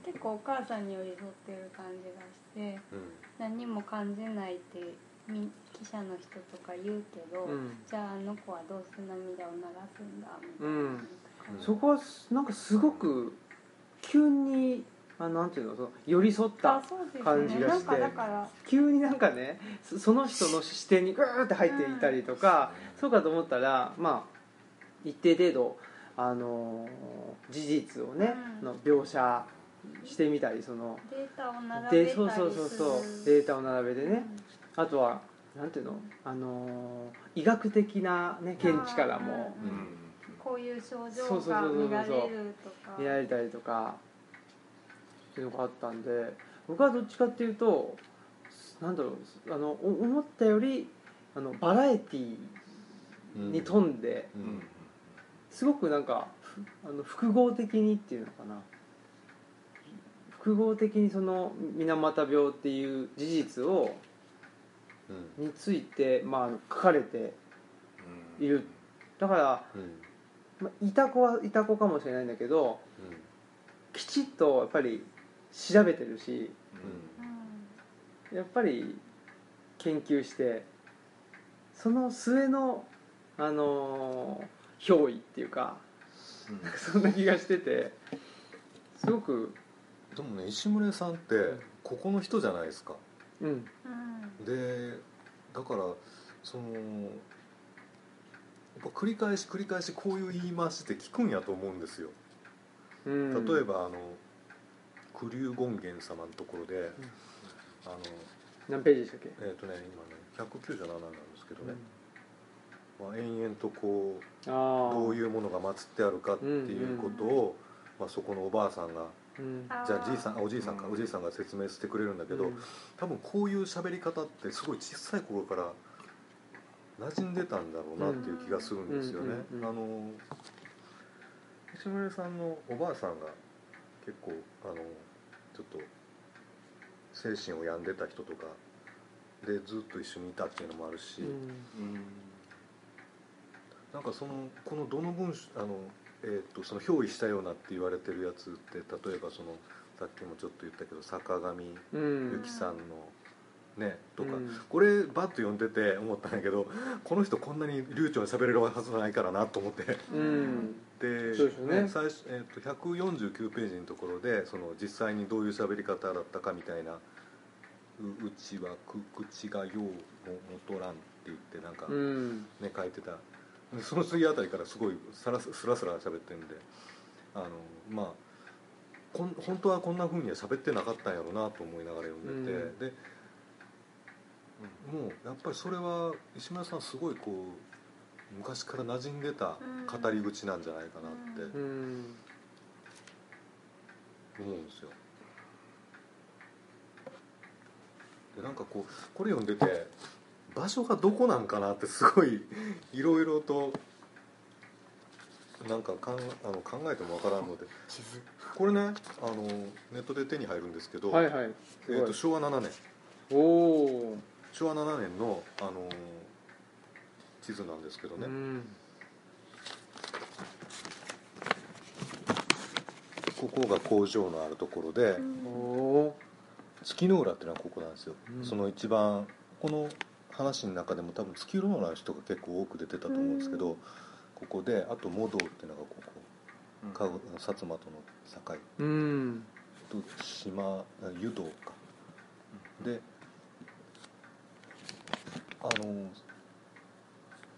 [SPEAKER 2] 結構お母さんに寄り添ってる感じがして
[SPEAKER 4] う
[SPEAKER 2] 何も感じないってみ記者の人とか言うけど、
[SPEAKER 1] うん
[SPEAKER 2] じゃああの子はどうして涙を流すんだみたいな、
[SPEAKER 1] うん
[SPEAKER 4] うん
[SPEAKER 1] そこはなんかすごく急にあなんていうのその寄り添っ
[SPEAKER 2] あ
[SPEAKER 1] た
[SPEAKER 2] そうですね
[SPEAKER 1] 感じがして
[SPEAKER 2] なんかだから
[SPEAKER 1] 急になんかねそその人の視点にグーって入っていたりとか、そうかと思ったらまあ一定程度あのー事実をね、
[SPEAKER 2] うん
[SPEAKER 1] の描写してみたりその
[SPEAKER 2] データを並べたり
[SPEAKER 1] です
[SPEAKER 2] る
[SPEAKER 1] そうそうそうそうデータを並べてね、あとはなんていうのあのー医学的なね見地からも
[SPEAKER 3] うん
[SPEAKER 2] こういう
[SPEAKER 1] そ
[SPEAKER 2] 症状
[SPEAKER 1] うそう
[SPEAKER 2] が
[SPEAKER 1] そうそうそう
[SPEAKER 2] 見られるとか
[SPEAKER 1] 見られたりとかっていうのがあったんで僕はどっちかっていうとなんだろうあのお思ったよりあのバラエティ
[SPEAKER 4] ん
[SPEAKER 1] に富んで、
[SPEAKER 4] う
[SPEAKER 3] うんん
[SPEAKER 1] すごくなんかあの複合的にっていうのかな複合的にその水俣病っていう事実を
[SPEAKER 4] うん
[SPEAKER 1] について、まあ、書かれているだから、
[SPEAKER 4] うん
[SPEAKER 1] まあ、いた子はいた子かもしれないんだけどきちっとやっぱり調べてるし
[SPEAKER 2] う
[SPEAKER 4] うん
[SPEAKER 1] やっぱり研究してその末の、あのー憑依っていうか *laughs*
[SPEAKER 3] うん
[SPEAKER 1] そんな気がしててすごく
[SPEAKER 4] んでもね石牟礼さんってここの人じゃないですか
[SPEAKER 1] うん
[SPEAKER 2] うん
[SPEAKER 4] でだからそのやっぱ繰り返し繰り返しこういう言い回しって聞くんやと思うんですよ
[SPEAKER 1] うん
[SPEAKER 4] 例えばあの九龍権現様のところで、あの
[SPEAKER 1] 何ページでしたっけ、
[SPEAKER 4] えっ、とね今ね197なんですけどね、まあ、延々とこう
[SPEAKER 1] ああ、
[SPEAKER 4] どういううものが祀ってあるかっていうことを、まあ、そこのおばあさんが
[SPEAKER 1] うん、
[SPEAKER 2] あー
[SPEAKER 4] じゃあじいさんあおじいさんか、
[SPEAKER 3] うん
[SPEAKER 4] おじいさんが説明してくれるんだけど、
[SPEAKER 1] うん
[SPEAKER 4] 多分こういう喋り方ってすごい小さい頃から馴染んでたんだろうなっていう気がするんですよね。
[SPEAKER 1] うんうんうん
[SPEAKER 4] あの石村さんのおばあさんが結構あのちょっと精神を病んでた人とかでずっと一緒にいたっていうのもあるし、なんかそのこのどの文章あの、えー、とその憑依したようなって言われてるやつって例えばそのさっきもちょっと言ったけど坂上
[SPEAKER 1] う
[SPEAKER 4] 由
[SPEAKER 1] ん
[SPEAKER 4] 紀さんのねとか、
[SPEAKER 1] うん
[SPEAKER 4] これバッと読んでて思ったんだけどこの人こんなに流暢に喋れるはずないからなと思って。
[SPEAKER 1] うん
[SPEAKER 4] で
[SPEAKER 1] そうですよね
[SPEAKER 4] 最初、えー、と149ページのところでその実際にどういう喋り方だったかみたいな「ううちはく口がようももとらん」って言ってなんか
[SPEAKER 1] う
[SPEAKER 4] ね、
[SPEAKER 1] ん
[SPEAKER 4] 書いてたでその次あたりからすごいさらすスラスラ喋ってるんであのまあこん本当はこんなふうには喋ってなかったんやろうなと思いながら読んでて、
[SPEAKER 1] うん
[SPEAKER 4] でもうやっぱりそれは石村さんすごいこう昔から馴染んでた語り口なんじゃないかなって。
[SPEAKER 2] うん
[SPEAKER 1] うん
[SPEAKER 4] 思うんですよでなんかこうこれ読んでて場所がどこなんかなってすごい *laughs* いろいろとなんかかんあの考えてもわからんので
[SPEAKER 3] 地図
[SPEAKER 4] これねあのネットで手に入るんですけど、
[SPEAKER 1] はいはい
[SPEAKER 4] えー、と昭和7年
[SPEAKER 1] おお
[SPEAKER 4] 昭和7年のあの地図なんですけど
[SPEAKER 1] ーう
[SPEAKER 4] ね、
[SPEAKER 1] ん
[SPEAKER 4] ここが工場のあるところで、
[SPEAKER 1] おお
[SPEAKER 4] 月の浦っていうのはここなんですよ、
[SPEAKER 1] うん
[SPEAKER 4] その一番この話の中でも多分月の浦の人が結構多く出てたと思うんですけど、
[SPEAKER 2] うん
[SPEAKER 4] ここであとモドウっていうのがここ鹿児薩摩との境
[SPEAKER 1] うん
[SPEAKER 4] と島あ湯道かであの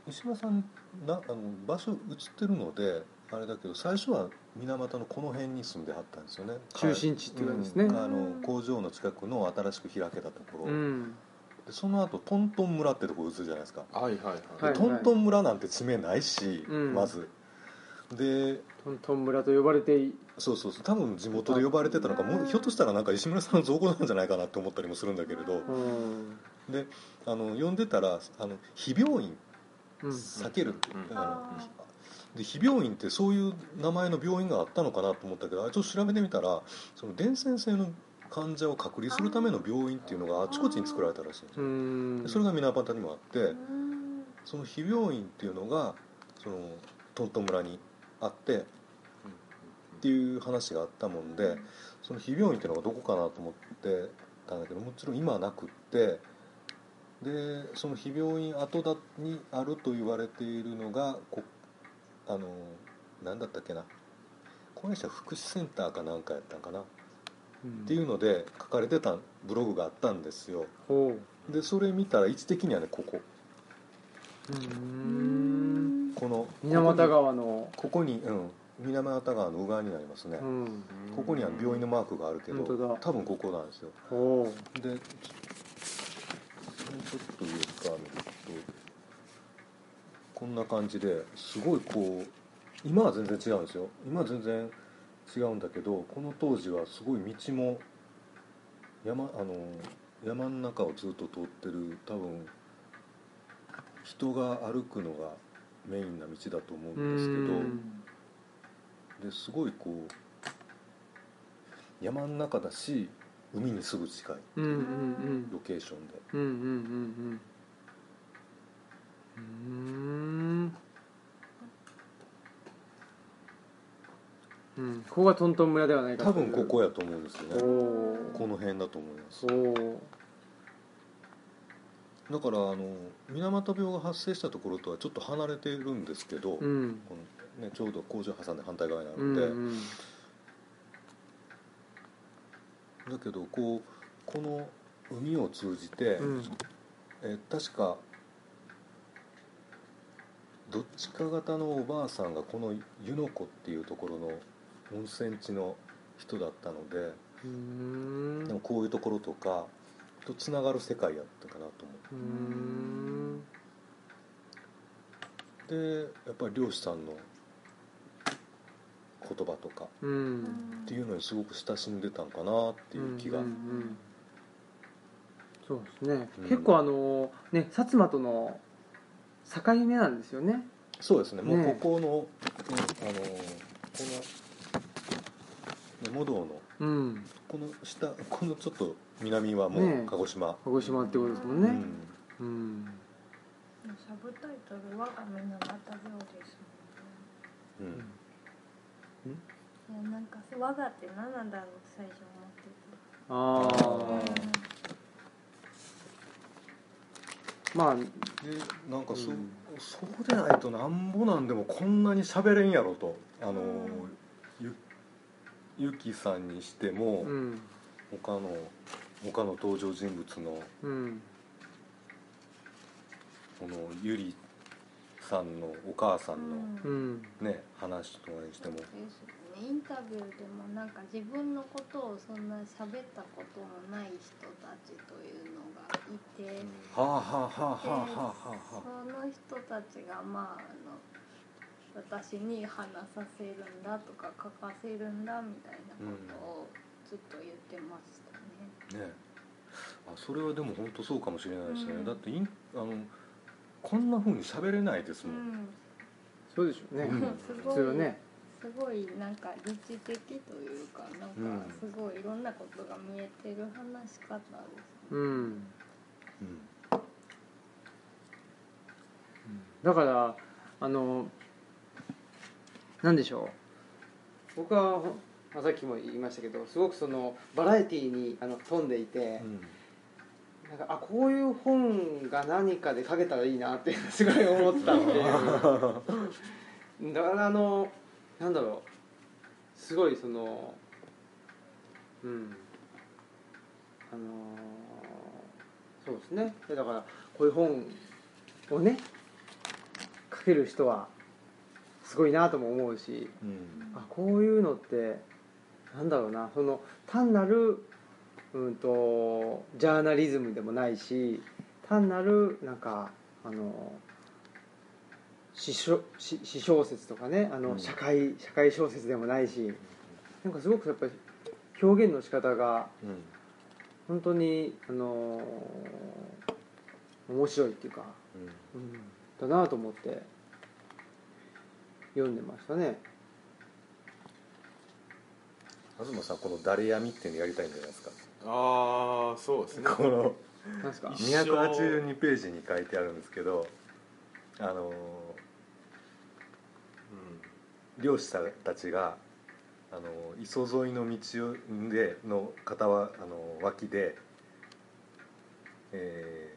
[SPEAKER 4] 石村さんなあの場所移ってるのであれだけど最初は水俣のこの辺に住んではったんですよね
[SPEAKER 1] 中心地っていう感じですね
[SPEAKER 4] うんあの工場の近くの新しく開けたところ、
[SPEAKER 1] うん
[SPEAKER 4] でその後トントン村ってとこ移るじゃないですか、
[SPEAKER 3] はいはいはい、
[SPEAKER 4] で
[SPEAKER 1] はい
[SPEAKER 4] トントン村なんて地名ないし、
[SPEAKER 1] うん
[SPEAKER 4] まずで
[SPEAKER 1] トントン村と呼ばれてい
[SPEAKER 4] そうそうそう多分地元で呼ばれてたのかもうひょっとしたらなんか石村さんの造語なんじゃないかなって思ったりもするんだけれど
[SPEAKER 1] うん
[SPEAKER 4] あの呼んでたらあの非病院
[SPEAKER 1] うん
[SPEAKER 4] 避けるって、
[SPEAKER 3] うん
[SPEAKER 4] だから
[SPEAKER 2] あ
[SPEAKER 4] で非病院ってそういう名前の病院があったのかなと思ったけどあれちょっと調べてみたらその伝染性の患者を隔離するための病院っていうのがあちこちに作られたらしいんです
[SPEAKER 1] う
[SPEAKER 4] よ
[SPEAKER 1] ん
[SPEAKER 4] でそれが水俣にもあって、
[SPEAKER 2] うん
[SPEAKER 4] その非病院っていうのがそのトントン村にあってっていう話があったもんでその非病院っていうのがどこかなと思ってたんだけどもちろん今はなくってでその非病院後だにあると言われているのがこあの何だったっけな高齢者福祉センターかなんかやったんかなっ
[SPEAKER 1] うん
[SPEAKER 4] ていうので書かれてたブログがあったんですよ
[SPEAKER 1] ほう
[SPEAKER 4] でそれ見たら位置的にはねここ
[SPEAKER 1] うん
[SPEAKER 4] この
[SPEAKER 1] 水俣川の
[SPEAKER 4] ここに、うん、水俣川の右側になりますね、
[SPEAKER 1] うん
[SPEAKER 4] ここには病院の
[SPEAKER 3] の
[SPEAKER 4] マークがあるけど
[SPEAKER 1] 本当だ
[SPEAKER 4] 多分ここなんですよ
[SPEAKER 1] ほう
[SPEAKER 4] でちょちょっと上から見るとこんな感じですごいこう今は全然違うんですよ今は全然違うんだけどこの当時はすごい道も山あの山の中をずっと通ってる多分人が歩くのがメインな道だと思うんですけど。
[SPEAKER 1] うん
[SPEAKER 4] ですごいこう山の中だし海にすぐ近い
[SPEAKER 1] うんうん
[SPEAKER 4] ロケーションで
[SPEAKER 1] うんうんうんうんうんうーんうんここがトントン村ではないか
[SPEAKER 4] 多
[SPEAKER 1] とい
[SPEAKER 4] 分
[SPEAKER 1] う
[SPEAKER 4] ここやと思うんですよ
[SPEAKER 1] お
[SPEAKER 4] ね
[SPEAKER 1] お
[SPEAKER 4] この辺だと思います
[SPEAKER 1] おお
[SPEAKER 4] だからあの水俣病が発生したところとはちょっと離れてるんですけど、
[SPEAKER 1] うん
[SPEAKER 4] このね、ちょうど工場挟んで反対側にあ
[SPEAKER 1] う
[SPEAKER 4] るん
[SPEAKER 1] ん
[SPEAKER 4] で、
[SPEAKER 1] うん
[SPEAKER 4] だけどこうこの海を通じて、
[SPEAKER 1] うん
[SPEAKER 4] えー確かどっちか型のおばあさんがこの湯の湖っていうところの温泉地の人だったので、
[SPEAKER 1] う
[SPEAKER 4] でも
[SPEAKER 1] ん
[SPEAKER 4] こういうところとかとつながる世界やったかなと
[SPEAKER 1] うん
[SPEAKER 4] 思うでやっぱり漁師さんの言葉とか
[SPEAKER 1] う
[SPEAKER 2] うんん
[SPEAKER 4] っていうのにすごく親しんでたんかなっていう気が、
[SPEAKER 1] うんうんうんそうですね、
[SPEAKER 4] うん
[SPEAKER 1] 結構あのね薩摩との境目なんですよね
[SPEAKER 4] そうですねもう
[SPEAKER 1] ね
[SPEAKER 4] ここの、うんあのーこのでモドウの
[SPEAKER 1] うん
[SPEAKER 4] この下このちょっと南はも
[SPEAKER 1] ね
[SPEAKER 4] う
[SPEAKER 1] え
[SPEAKER 4] 鹿児島、
[SPEAKER 1] 鹿児島ってことですもんね
[SPEAKER 4] うん
[SPEAKER 1] うん、
[SPEAKER 2] サブタイトルは「みんなの旅を」ですも
[SPEAKER 4] うん
[SPEAKER 2] んねいやなんか「我が」って何なんだろう最初思って
[SPEAKER 1] ああ
[SPEAKER 2] た
[SPEAKER 1] まあ
[SPEAKER 4] でなんかそ,、
[SPEAKER 1] う
[SPEAKER 4] うんそうでないとなんぼなんでもこんなに喋れんやろとあのー
[SPEAKER 2] うん
[SPEAKER 4] ゆゆきさんにしても、
[SPEAKER 1] うん
[SPEAKER 4] 他の他の登場人物の
[SPEAKER 1] うん
[SPEAKER 4] このゆりさんのお母さ
[SPEAKER 2] うん
[SPEAKER 4] の
[SPEAKER 2] ん
[SPEAKER 1] うん
[SPEAKER 4] ね、話とかにしても
[SPEAKER 2] ですよねインタビューでもなんか自分のことをそんな喋ったこともない人たちというのがいて、
[SPEAKER 4] はあはあはあはあはあは
[SPEAKER 2] そ
[SPEAKER 4] あ
[SPEAKER 2] の人たちがまああの私に話させるんだとか書かせるんだみたいなことをずっと言ってましたね。
[SPEAKER 4] ねあそれはでも本当そうかもしれないですね、
[SPEAKER 2] うん
[SPEAKER 4] だってインあのこんな風に喋れないです
[SPEAKER 2] う
[SPEAKER 4] もん、
[SPEAKER 2] ん、
[SPEAKER 1] そうでしょうね、
[SPEAKER 4] うん
[SPEAKER 2] す
[SPEAKER 1] 普
[SPEAKER 2] ご、
[SPEAKER 1] 通はいね
[SPEAKER 2] すごいなんか理知的というかなんかすごいいろんなことが見えてる話し方で
[SPEAKER 1] う
[SPEAKER 2] すね。
[SPEAKER 1] ん
[SPEAKER 4] うん
[SPEAKER 1] だからあのなんでしょう僕はほんまあさっきも言いましたけどすごくそのバラエティーにあの富んでいて、なんかあこういう本が何かで書けたらいいなってすごい思ったっていうだからあのなんだろうすごいそのうんあのそうですねでだからこういう本をね書ける人はすごいなとも思うし
[SPEAKER 4] うん
[SPEAKER 1] あこういうのってなんだろうなその単なる、うん、とジャーナリズムでもないし単なるなんかあの詩小詩詩小説とかねあの、
[SPEAKER 4] うん
[SPEAKER 1] 社会社会小説でもないしなんかすごくやっぱり表現の仕方が
[SPEAKER 4] うん
[SPEAKER 1] 本当にあの面白いっていうか、
[SPEAKER 4] うん
[SPEAKER 1] うん、だなと思って読んでましたね。
[SPEAKER 4] 東さんこの「誰闇」っていうのやりたいんじゃないですか
[SPEAKER 3] ああそうですね
[SPEAKER 4] この
[SPEAKER 1] なんですか
[SPEAKER 3] 一緒
[SPEAKER 4] 282ページに書いてあるんですけどあの漁師さんたちがあの磯沿いの道をでの片はあの脇で、え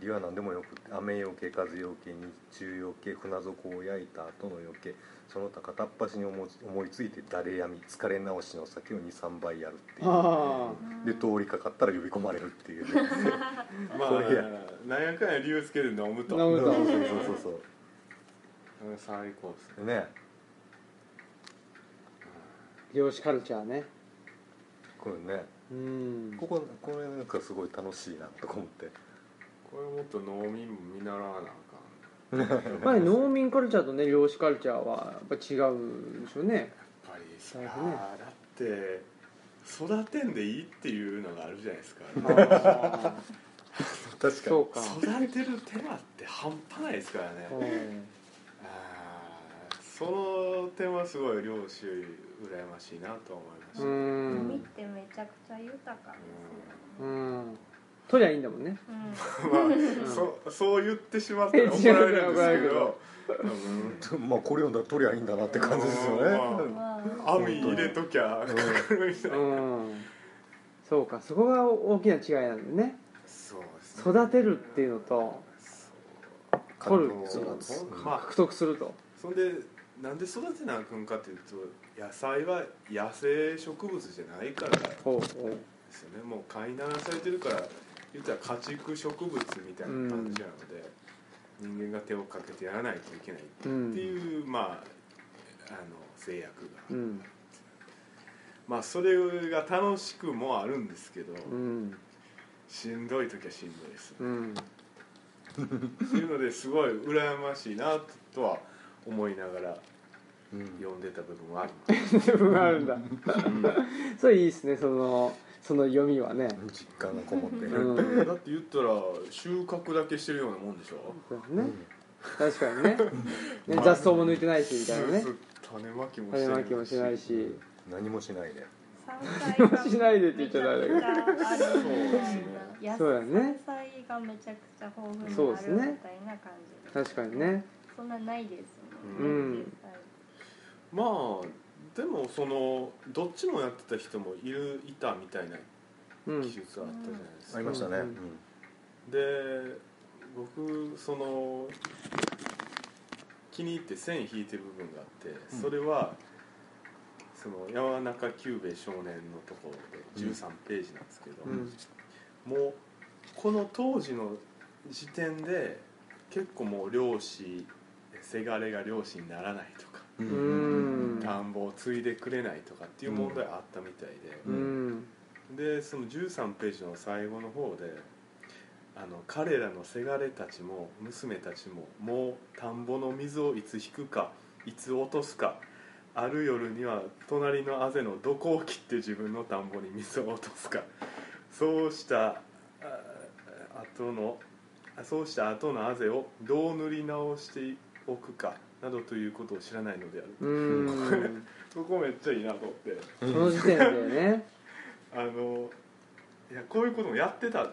[SPEAKER 4] ー、理は何でもよくて雨よけ風よけ日中よけ船底を焼いた後のよけその他片っ端に思い思いついて誰闇疲れ直しの先を23倍やるっていう
[SPEAKER 1] あ
[SPEAKER 4] で通りかかったら呼び込まれるっていうね
[SPEAKER 3] うん、まあ
[SPEAKER 4] これや
[SPEAKER 3] 何やかんや理由つけて飲むと
[SPEAKER 1] 飲む
[SPEAKER 4] *laughs* そう
[SPEAKER 1] と
[SPEAKER 4] そうそうそう
[SPEAKER 3] うん最高ですね
[SPEAKER 4] そうね
[SPEAKER 1] 漁師カルチャーね
[SPEAKER 4] これね
[SPEAKER 1] うん
[SPEAKER 4] こここれなんかすごい楽しいなとか思って
[SPEAKER 3] これもっと農民も見習わなあかん
[SPEAKER 1] やっぱり農民カルチャーとね漁師カルチャーはやっぱ違うでしょうね
[SPEAKER 3] やっぱりさ、
[SPEAKER 1] 大変ね
[SPEAKER 3] だって育てんでいいっていうのがあるじゃない
[SPEAKER 4] *laughs*
[SPEAKER 3] ですか
[SPEAKER 4] 確
[SPEAKER 1] そうか
[SPEAKER 3] *laughs* 育てる手間って半端ないですからね
[SPEAKER 1] うん
[SPEAKER 3] あーその点はすごい漁師羨ましいなと思いました、
[SPEAKER 1] う
[SPEAKER 2] 海っ
[SPEAKER 1] ん
[SPEAKER 2] てめちゃくちゃ豊かです
[SPEAKER 1] う
[SPEAKER 2] よね。
[SPEAKER 1] ん取りゃいいんだもんね
[SPEAKER 2] うん
[SPEAKER 3] まあ、そそう *laughs* 言ってしまったら怒られるんですけど
[SPEAKER 4] かにまあこれ読んだら取りゃいいんだなって感じですよね、
[SPEAKER 3] うん
[SPEAKER 2] まあ
[SPEAKER 3] 多分網入れときゃかかるみたいな
[SPEAKER 1] うんそうかそこが大きな違いなんだね
[SPEAKER 3] そうですね
[SPEAKER 1] 育てるっていうのと
[SPEAKER 3] そう
[SPEAKER 1] 取る
[SPEAKER 4] そうなんです
[SPEAKER 3] まあ
[SPEAKER 1] 獲得すると
[SPEAKER 3] そんでなんで育てなあかんかっていうと野菜は野生植物じゃないからで
[SPEAKER 1] ほうほう
[SPEAKER 3] すよねもう飼いならされてるから言ったら家畜植物みたいな感じなので、人間が手をかけてやらないといけないって
[SPEAKER 1] うん
[SPEAKER 3] いう、まああの制約が、
[SPEAKER 1] うん
[SPEAKER 3] まあそれが楽しくもあるんですけど、
[SPEAKER 1] うん
[SPEAKER 3] しんどい時はしんどいです、
[SPEAKER 1] うん *laughs*
[SPEAKER 3] っていうのですごい羨ましいなとは思いながら
[SPEAKER 4] うん
[SPEAKER 3] 読んでた部分はあります
[SPEAKER 1] 部分があるんだ
[SPEAKER 3] うん
[SPEAKER 1] それいいですねそのその読みはね
[SPEAKER 4] 実感がこもってる、
[SPEAKER 1] うん
[SPEAKER 3] だって言ったら収穫だけしてるようなもんでしょ
[SPEAKER 1] そうですね確かにねね雑草も抜いてないしみたいなね
[SPEAKER 3] そうそう種まきもして
[SPEAKER 1] 種
[SPEAKER 3] る
[SPEAKER 1] まきもしないし
[SPEAKER 4] 何もしないで
[SPEAKER 2] 山菜が
[SPEAKER 1] しないでって言っちゃダメだけど
[SPEAKER 2] めちゃくちゃあるみたいな
[SPEAKER 1] そうだね
[SPEAKER 2] 野菜がめちゃくちゃ豊富にあるみ
[SPEAKER 1] そうですね
[SPEAKER 2] たいな感じ
[SPEAKER 1] 確かにね
[SPEAKER 2] そんなないです
[SPEAKER 1] う
[SPEAKER 2] もんね
[SPEAKER 1] ん
[SPEAKER 3] まあでもそのどっちもやってた人もいるいたみたいな
[SPEAKER 1] うん
[SPEAKER 3] 技術はあったじゃないです
[SPEAKER 4] あ
[SPEAKER 3] か
[SPEAKER 4] りましたね、
[SPEAKER 1] う
[SPEAKER 4] うんん
[SPEAKER 3] で僕その気に入って線引いてる部分があって、
[SPEAKER 4] うん
[SPEAKER 3] それはその山中久兵衛少年のところで
[SPEAKER 4] うん
[SPEAKER 3] 13ページなんですけど、
[SPEAKER 1] うん
[SPEAKER 3] もうこの当時の時点で結構もう漁師せがれが漁師にならないとか、
[SPEAKER 4] う
[SPEAKER 1] うんん
[SPEAKER 3] 田んぼを継いでくれないとかっていう問題あったみたいで。
[SPEAKER 1] うん
[SPEAKER 3] でその13ページの最後の方であの彼らのせがれたちも娘たちももう田んぼの水をいつ引くかいつ落とすかある夜には隣のあぜのどこを切って自分の田んぼに水を落とすかそうしたあ後のあそうした後のあぜをどう塗り直しておくかなどということを知らないのである
[SPEAKER 1] うん
[SPEAKER 3] そこめっちゃいいなと思って
[SPEAKER 1] その時点で
[SPEAKER 4] *laughs*
[SPEAKER 1] ね
[SPEAKER 3] あのいやこういうこともやってたっ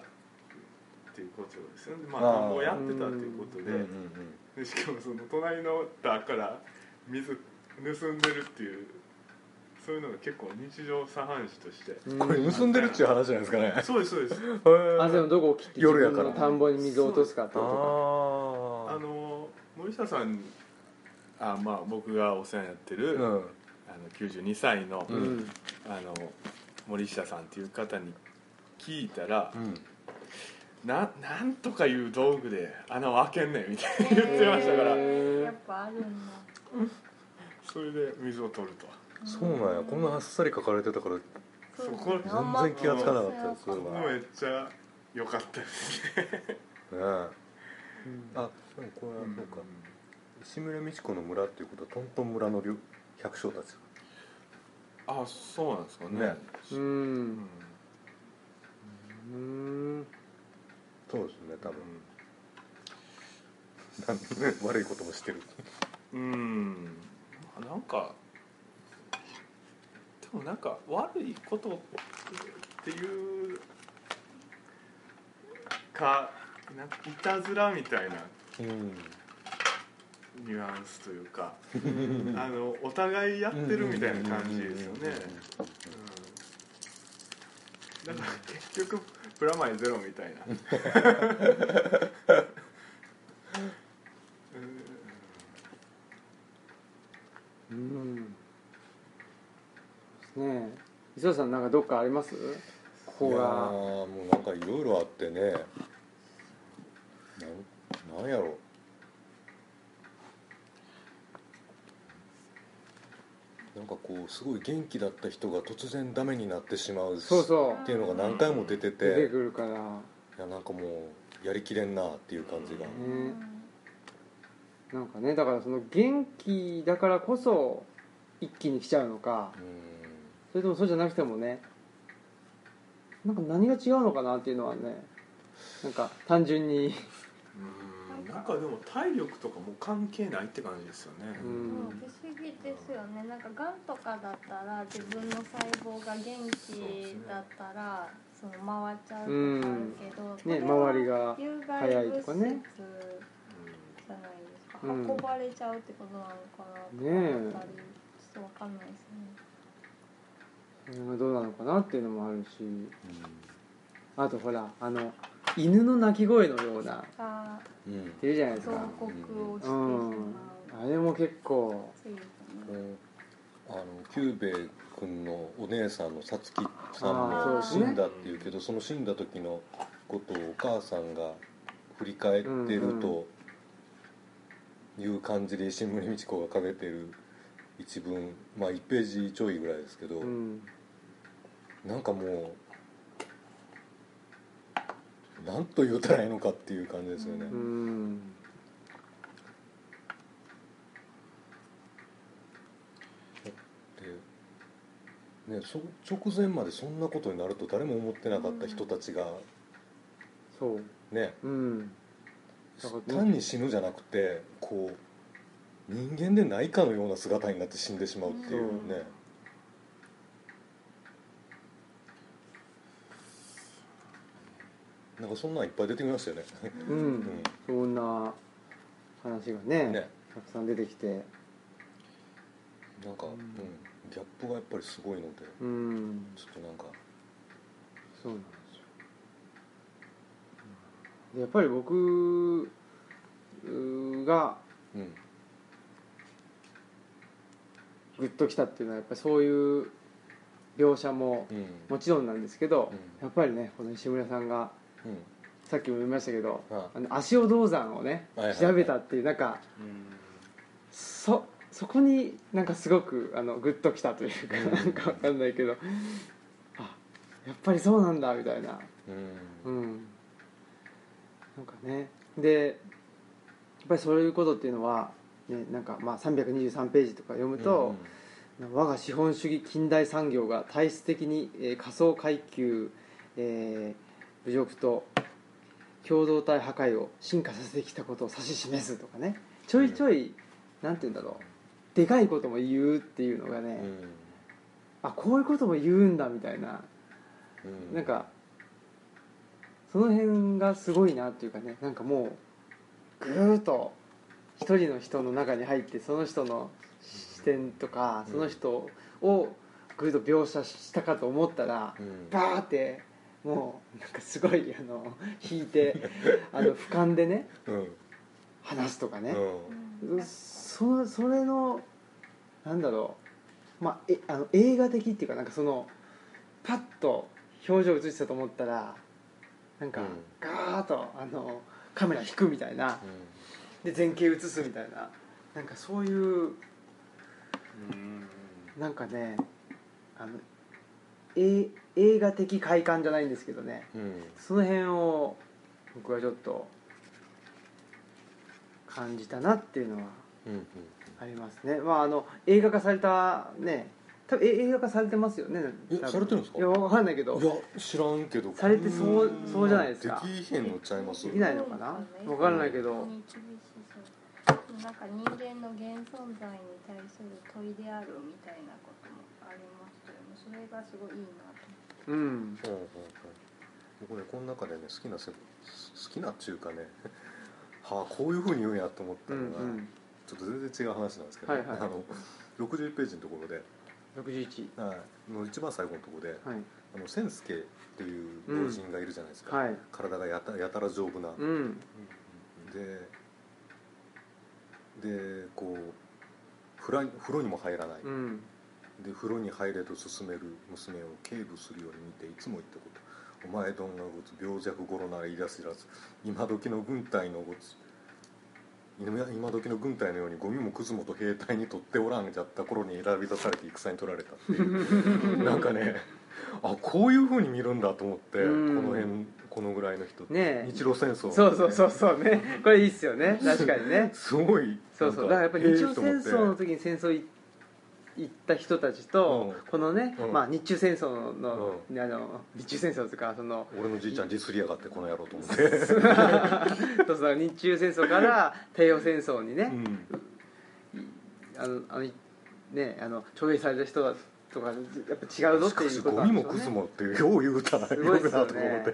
[SPEAKER 3] ていうことですよねまあ
[SPEAKER 4] あー
[SPEAKER 3] 田んぼをやってたっていうことで,、
[SPEAKER 4] うんうん
[SPEAKER 3] でしかもその隣の田から水盗んでるっていうそういうのが結構日常茶飯事として、
[SPEAKER 1] う
[SPEAKER 4] うんんこれ盗んでるっちゅう話じゃないですかね
[SPEAKER 3] そうですそうです
[SPEAKER 4] *laughs*
[SPEAKER 1] あでもどこを切って自
[SPEAKER 4] 夜や
[SPEAKER 1] 分
[SPEAKER 4] から
[SPEAKER 1] の田んぼに水を落とすかって
[SPEAKER 4] あ
[SPEAKER 1] こ
[SPEAKER 3] あ
[SPEAKER 4] あ
[SPEAKER 3] の森下さんあまあ僕がお世話になってる、あの
[SPEAKER 4] うん
[SPEAKER 3] 92歳の,、
[SPEAKER 1] とかうん
[SPEAKER 3] あの森下さんっていう方に聞いたら、
[SPEAKER 4] うん
[SPEAKER 3] ななんとかいう道具で穴を開けんねんみたいな
[SPEAKER 2] 言
[SPEAKER 3] 言ってましたから
[SPEAKER 1] へー
[SPEAKER 2] やっぱあるんだ
[SPEAKER 3] それで水を取ると
[SPEAKER 4] そうなんやこんなあっさり書かれてたから
[SPEAKER 3] そこ
[SPEAKER 4] 全然気がつかなかったです
[SPEAKER 2] そ
[SPEAKER 4] そうれ
[SPEAKER 3] も
[SPEAKER 4] は
[SPEAKER 3] うめっちゃ良かったですね
[SPEAKER 4] ねあでもこれは
[SPEAKER 3] うん
[SPEAKER 4] そうか石村美智子の村っていうことはトントン村の領百姓たち
[SPEAKER 3] あそうなんですかね
[SPEAKER 4] ね
[SPEAKER 1] う
[SPEAKER 3] うん
[SPEAKER 1] んうん
[SPEAKER 4] そうですね多分なん *laughs* でね悪いこともしてる
[SPEAKER 3] うん、うんまあなんかでもなんか悪いことっていうかなんかいたずらみたいな
[SPEAKER 4] うん
[SPEAKER 3] ニュアンスというかあのお互いやってるみたいな感じですよねうんだから結局プラマイゼロみたいなうん
[SPEAKER 1] うんですねえ磯田さんなんかどっかありますここ
[SPEAKER 4] いや
[SPEAKER 1] が
[SPEAKER 4] ーもうなんかいろいろあってねなんなんやろなんかこうすごい元気だった人が突然ダメになってしまう
[SPEAKER 1] そうそう
[SPEAKER 4] っていうのが何回も出てて
[SPEAKER 1] 出てくるから
[SPEAKER 4] いやなんかもうやりきれんなっていう感じが、
[SPEAKER 1] んなんかねだからその元気だからこそ一気に来ちゃうのか
[SPEAKER 4] う
[SPEAKER 1] それともそうじゃなくてもねなんか何が違うのかなっていうのはねなんか単純に
[SPEAKER 3] うんなんかでも体力とかもう関係ないって感じですよね
[SPEAKER 1] う
[SPEAKER 2] うん
[SPEAKER 1] ん
[SPEAKER 2] 不思議ですよねなんかがんとかだったら自分の細胞が元気だったらその回っちゃうとかあるけど、これ
[SPEAKER 1] ね
[SPEAKER 2] は
[SPEAKER 1] 周りが
[SPEAKER 2] 有害物
[SPEAKER 1] 早いと
[SPEAKER 2] 質
[SPEAKER 1] か
[SPEAKER 2] じゃない
[SPEAKER 1] ね
[SPEAKER 2] ですか、
[SPEAKER 1] うん
[SPEAKER 2] 運ばれちゃうってことなのかな
[SPEAKER 1] ね
[SPEAKER 2] と
[SPEAKER 1] え
[SPEAKER 2] 思ったり、ちょっとわかんないですね
[SPEAKER 1] それがどうなのかなっていうのもあるし
[SPEAKER 4] ん
[SPEAKER 1] あとほらあの犬の鳴き声のような
[SPEAKER 2] あ
[SPEAKER 4] うん
[SPEAKER 1] 出るじゃないです
[SPEAKER 2] 彫
[SPEAKER 1] か
[SPEAKER 2] 刻をしてし
[SPEAKER 1] う
[SPEAKER 2] まう、
[SPEAKER 1] んあれも結構
[SPEAKER 2] そうですね
[SPEAKER 4] うんあの久兵衛君のお姉さんのさつきさん
[SPEAKER 1] あ
[SPEAKER 2] ー
[SPEAKER 4] も
[SPEAKER 2] そ
[SPEAKER 4] 死
[SPEAKER 2] うですね
[SPEAKER 4] んだっていうけどその死んだ時のことをお母さんが振り返ってるという感じで新聞美智子が書けてる一文まあ1ページちょいぐらいですけど、
[SPEAKER 1] うん
[SPEAKER 4] なんかもうなんと言うたらいいのかっていう感じですよね。
[SPEAKER 1] うん
[SPEAKER 4] でね、そ直前までそんなことになると誰も思ってなかった人たちが
[SPEAKER 1] そう
[SPEAKER 4] ね、
[SPEAKER 1] うんだから
[SPEAKER 4] 単に死ぬじゃなくてこう人間でないかのような姿になって死んでしまうっていうねなんかそんなんいっぱい出てきましたよね。
[SPEAKER 1] うん、
[SPEAKER 4] うん
[SPEAKER 1] そんな話がね
[SPEAKER 4] ね
[SPEAKER 1] たくさん出てきて
[SPEAKER 4] なんか、
[SPEAKER 1] う
[SPEAKER 4] うんん、ギャップがやっぱりすごいので、
[SPEAKER 1] うん
[SPEAKER 4] ちょっとなんか、
[SPEAKER 1] そうなんですよでやっぱり僕うが
[SPEAKER 4] うん、
[SPEAKER 1] グッときたっていうのはやっぱりそういう描写も
[SPEAKER 4] うん、
[SPEAKER 1] もちろんなんですけど、
[SPEAKER 4] うん
[SPEAKER 1] やっぱりねこの石村さんが
[SPEAKER 4] うん、
[SPEAKER 1] さっきも言いましたけど、
[SPEAKER 4] は
[SPEAKER 1] あの足尾銅山をね
[SPEAKER 4] はいはいはい
[SPEAKER 1] 調べたっていうなんかそそこになんかすごくあのグッときたというか、
[SPEAKER 4] うん
[SPEAKER 1] なんかわかんないけどあやっぱりそうなんだみたいな
[SPEAKER 4] う、
[SPEAKER 1] うんんなんかねでやっぱりそういうことっていうのは、ね、なんかまあ323ページとか読むと、我が資本主義近代産業が体質的に、えー、仮想階級、えー侮辱と共同体破壊を進化させてきたことを指し示すとかねちょいちょい、なんて言うんだろうでかいことも言うっていうのがね、
[SPEAKER 4] うん、
[SPEAKER 1] あこういうことも言うんだみたいな、
[SPEAKER 4] うん、
[SPEAKER 1] なんかその辺がすごいなっていうかねなんかもうぐーっと一人の人の中に入ってその人の視点とか
[SPEAKER 4] うん
[SPEAKER 1] その人をぐーっと描写したかと思ったら
[SPEAKER 4] うん、
[SPEAKER 1] バーってもうなんかすごいあの引いてあの俯瞰でね
[SPEAKER 4] うん、
[SPEAKER 1] 話すとかね、
[SPEAKER 2] うん
[SPEAKER 1] そそれのなんだろう、まあ、えあの映画的っていうかなんかそのパッと表情映したと思ったらなんか
[SPEAKER 4] うん
[SPEAKER 1] ガーッとあのカメラ引くみたいなで前景映すみたいななんかそういうなんかねあのえ映画的快感じゃないんですけどね
[SPEAKER 4] うん、
[SPEAKER 1] その辺を僕はちょっと感じたなっていうのは
[SPEAKER 4] うん、
[SPEAKER 1] ありますね、まあ、あの映画化されたね多分え映画化されてますよね
[SPEAKER 4] え
[SPEAKER 1] 多分
[SPEAKER 4] されてるんですか
[SPEAKER 1] いやわかんないけど
[SPEAKER 4] いや、知らんけど。
[SPEAKER 1] されてそうそうじゃないですか
[SPEAKER 4] できへんのちゃいます。
[SPEAKER 1] いないのかなわかんないけど
[SPEAKER 2] に厳しそうなんか人間の現存在に対する問いであるみたいなこともありますよねそれがすごいいいなと
[SPEAKER 1] うん
[SPEAKER 4] うんうんうん僕ねこの中でね好きなせ好きなっていうかね *laughs* はあこういうふうに言うんやと思っ
[SPEAKER 1] う
[SPEAKER 4] た
[SPEAKER 1] んう
[SPEAKER 4] のが、
[SPEAKER 1] ん
[SPEAKER 4] ちょっと全然違う話なんですけど、
[SPEAKER 1] はいはい
[SPEAKER 4] あの60ページのところで、
[SPEAKER 1] 61
[SPEAKER 4] はい、の一番最後のところで、
[SPEAKER 1] はい
[SPEAKER 4] あの千助っていう老人がいるじゃないですか、
[SPEAKER 1] はい
[SPEAKER 4] 体がやたやたら丈夫な、
[SPEAKER 1] うん
[SPEAKER 4] ででこう風呂風呂にも入らない、
[SPEAKER 1] うん
[SPEAKER 4] で風呂に入れと勧める娘を警部するように見ていつも言ったこと「お前どんなごつ病弱頃なら言い出せらず今時の軍隊のごつ今今時の軍隊のようにゴミもクズもと兵隊に取っておらんじゃった頃に選び出されて戦に取られた」っ
[SPEAKER 1] *laughs*
[SPEAKER 4] ていうなんかねあこういうふうに見るんだと思ってこ
[SPEAKER 1] うん
[SPEAKER 4] の辺このぐらいの人って、
[SPEAKER 1] ねえ
[SPEAKER 4] 日露戦争、
[SPEAKER 1] そうそうそうそうねこれいいっすよね確かに
[SPEAKER 4] *laughs*
[SPEAKER 1] ね
[SPEAKER 4] すごい
[SPEAKER 1] そうそうだからやっぱり日露戦争の時に戦争い行った人たちと、
[SPEAKER 4] うん
[SPEAKER 1] このね、
[SPEAKER 4] うん
[SPEAKER 1] まあ、日中戦争の,、あの日中戦争とかその
[SPEAKER 4] 俺のじいちゃんディスりやがってこの野郎と思って、
[SPEAKER 1] そうそう日中戦争から帝王戦争にね、
[SPEAKER 4] うん
[SPEAKER 1] あのあのねあの徴兵された人だとかやっぱ違うぞっ
[SPEAKER 4] してか
[SPEAKER 1] い
[SPEAKER 4] し
[SPEAKER 1] うこと
[SPEAKER 4] ゴ
[SPEAKER 1] なん
[SPEAKER 4] ミ
[SPEAKER 1] で
[SPEAKER 4] も
[SPEAKER 1] しょう
[SPEAKER 4] ク
[SPEAKER 1] ね
[SPEAKER 4] ズもってよう言うたら
[SPEAKER 1] す
[SPEAKER 4] よ
[SPEAKER 1] ごいっす
[SPEAKER 4] く
[SPEAKER 1] よ
[SPEAKER 4] な
[SPEAKER 1] ね
[SPEAKER 4] と思って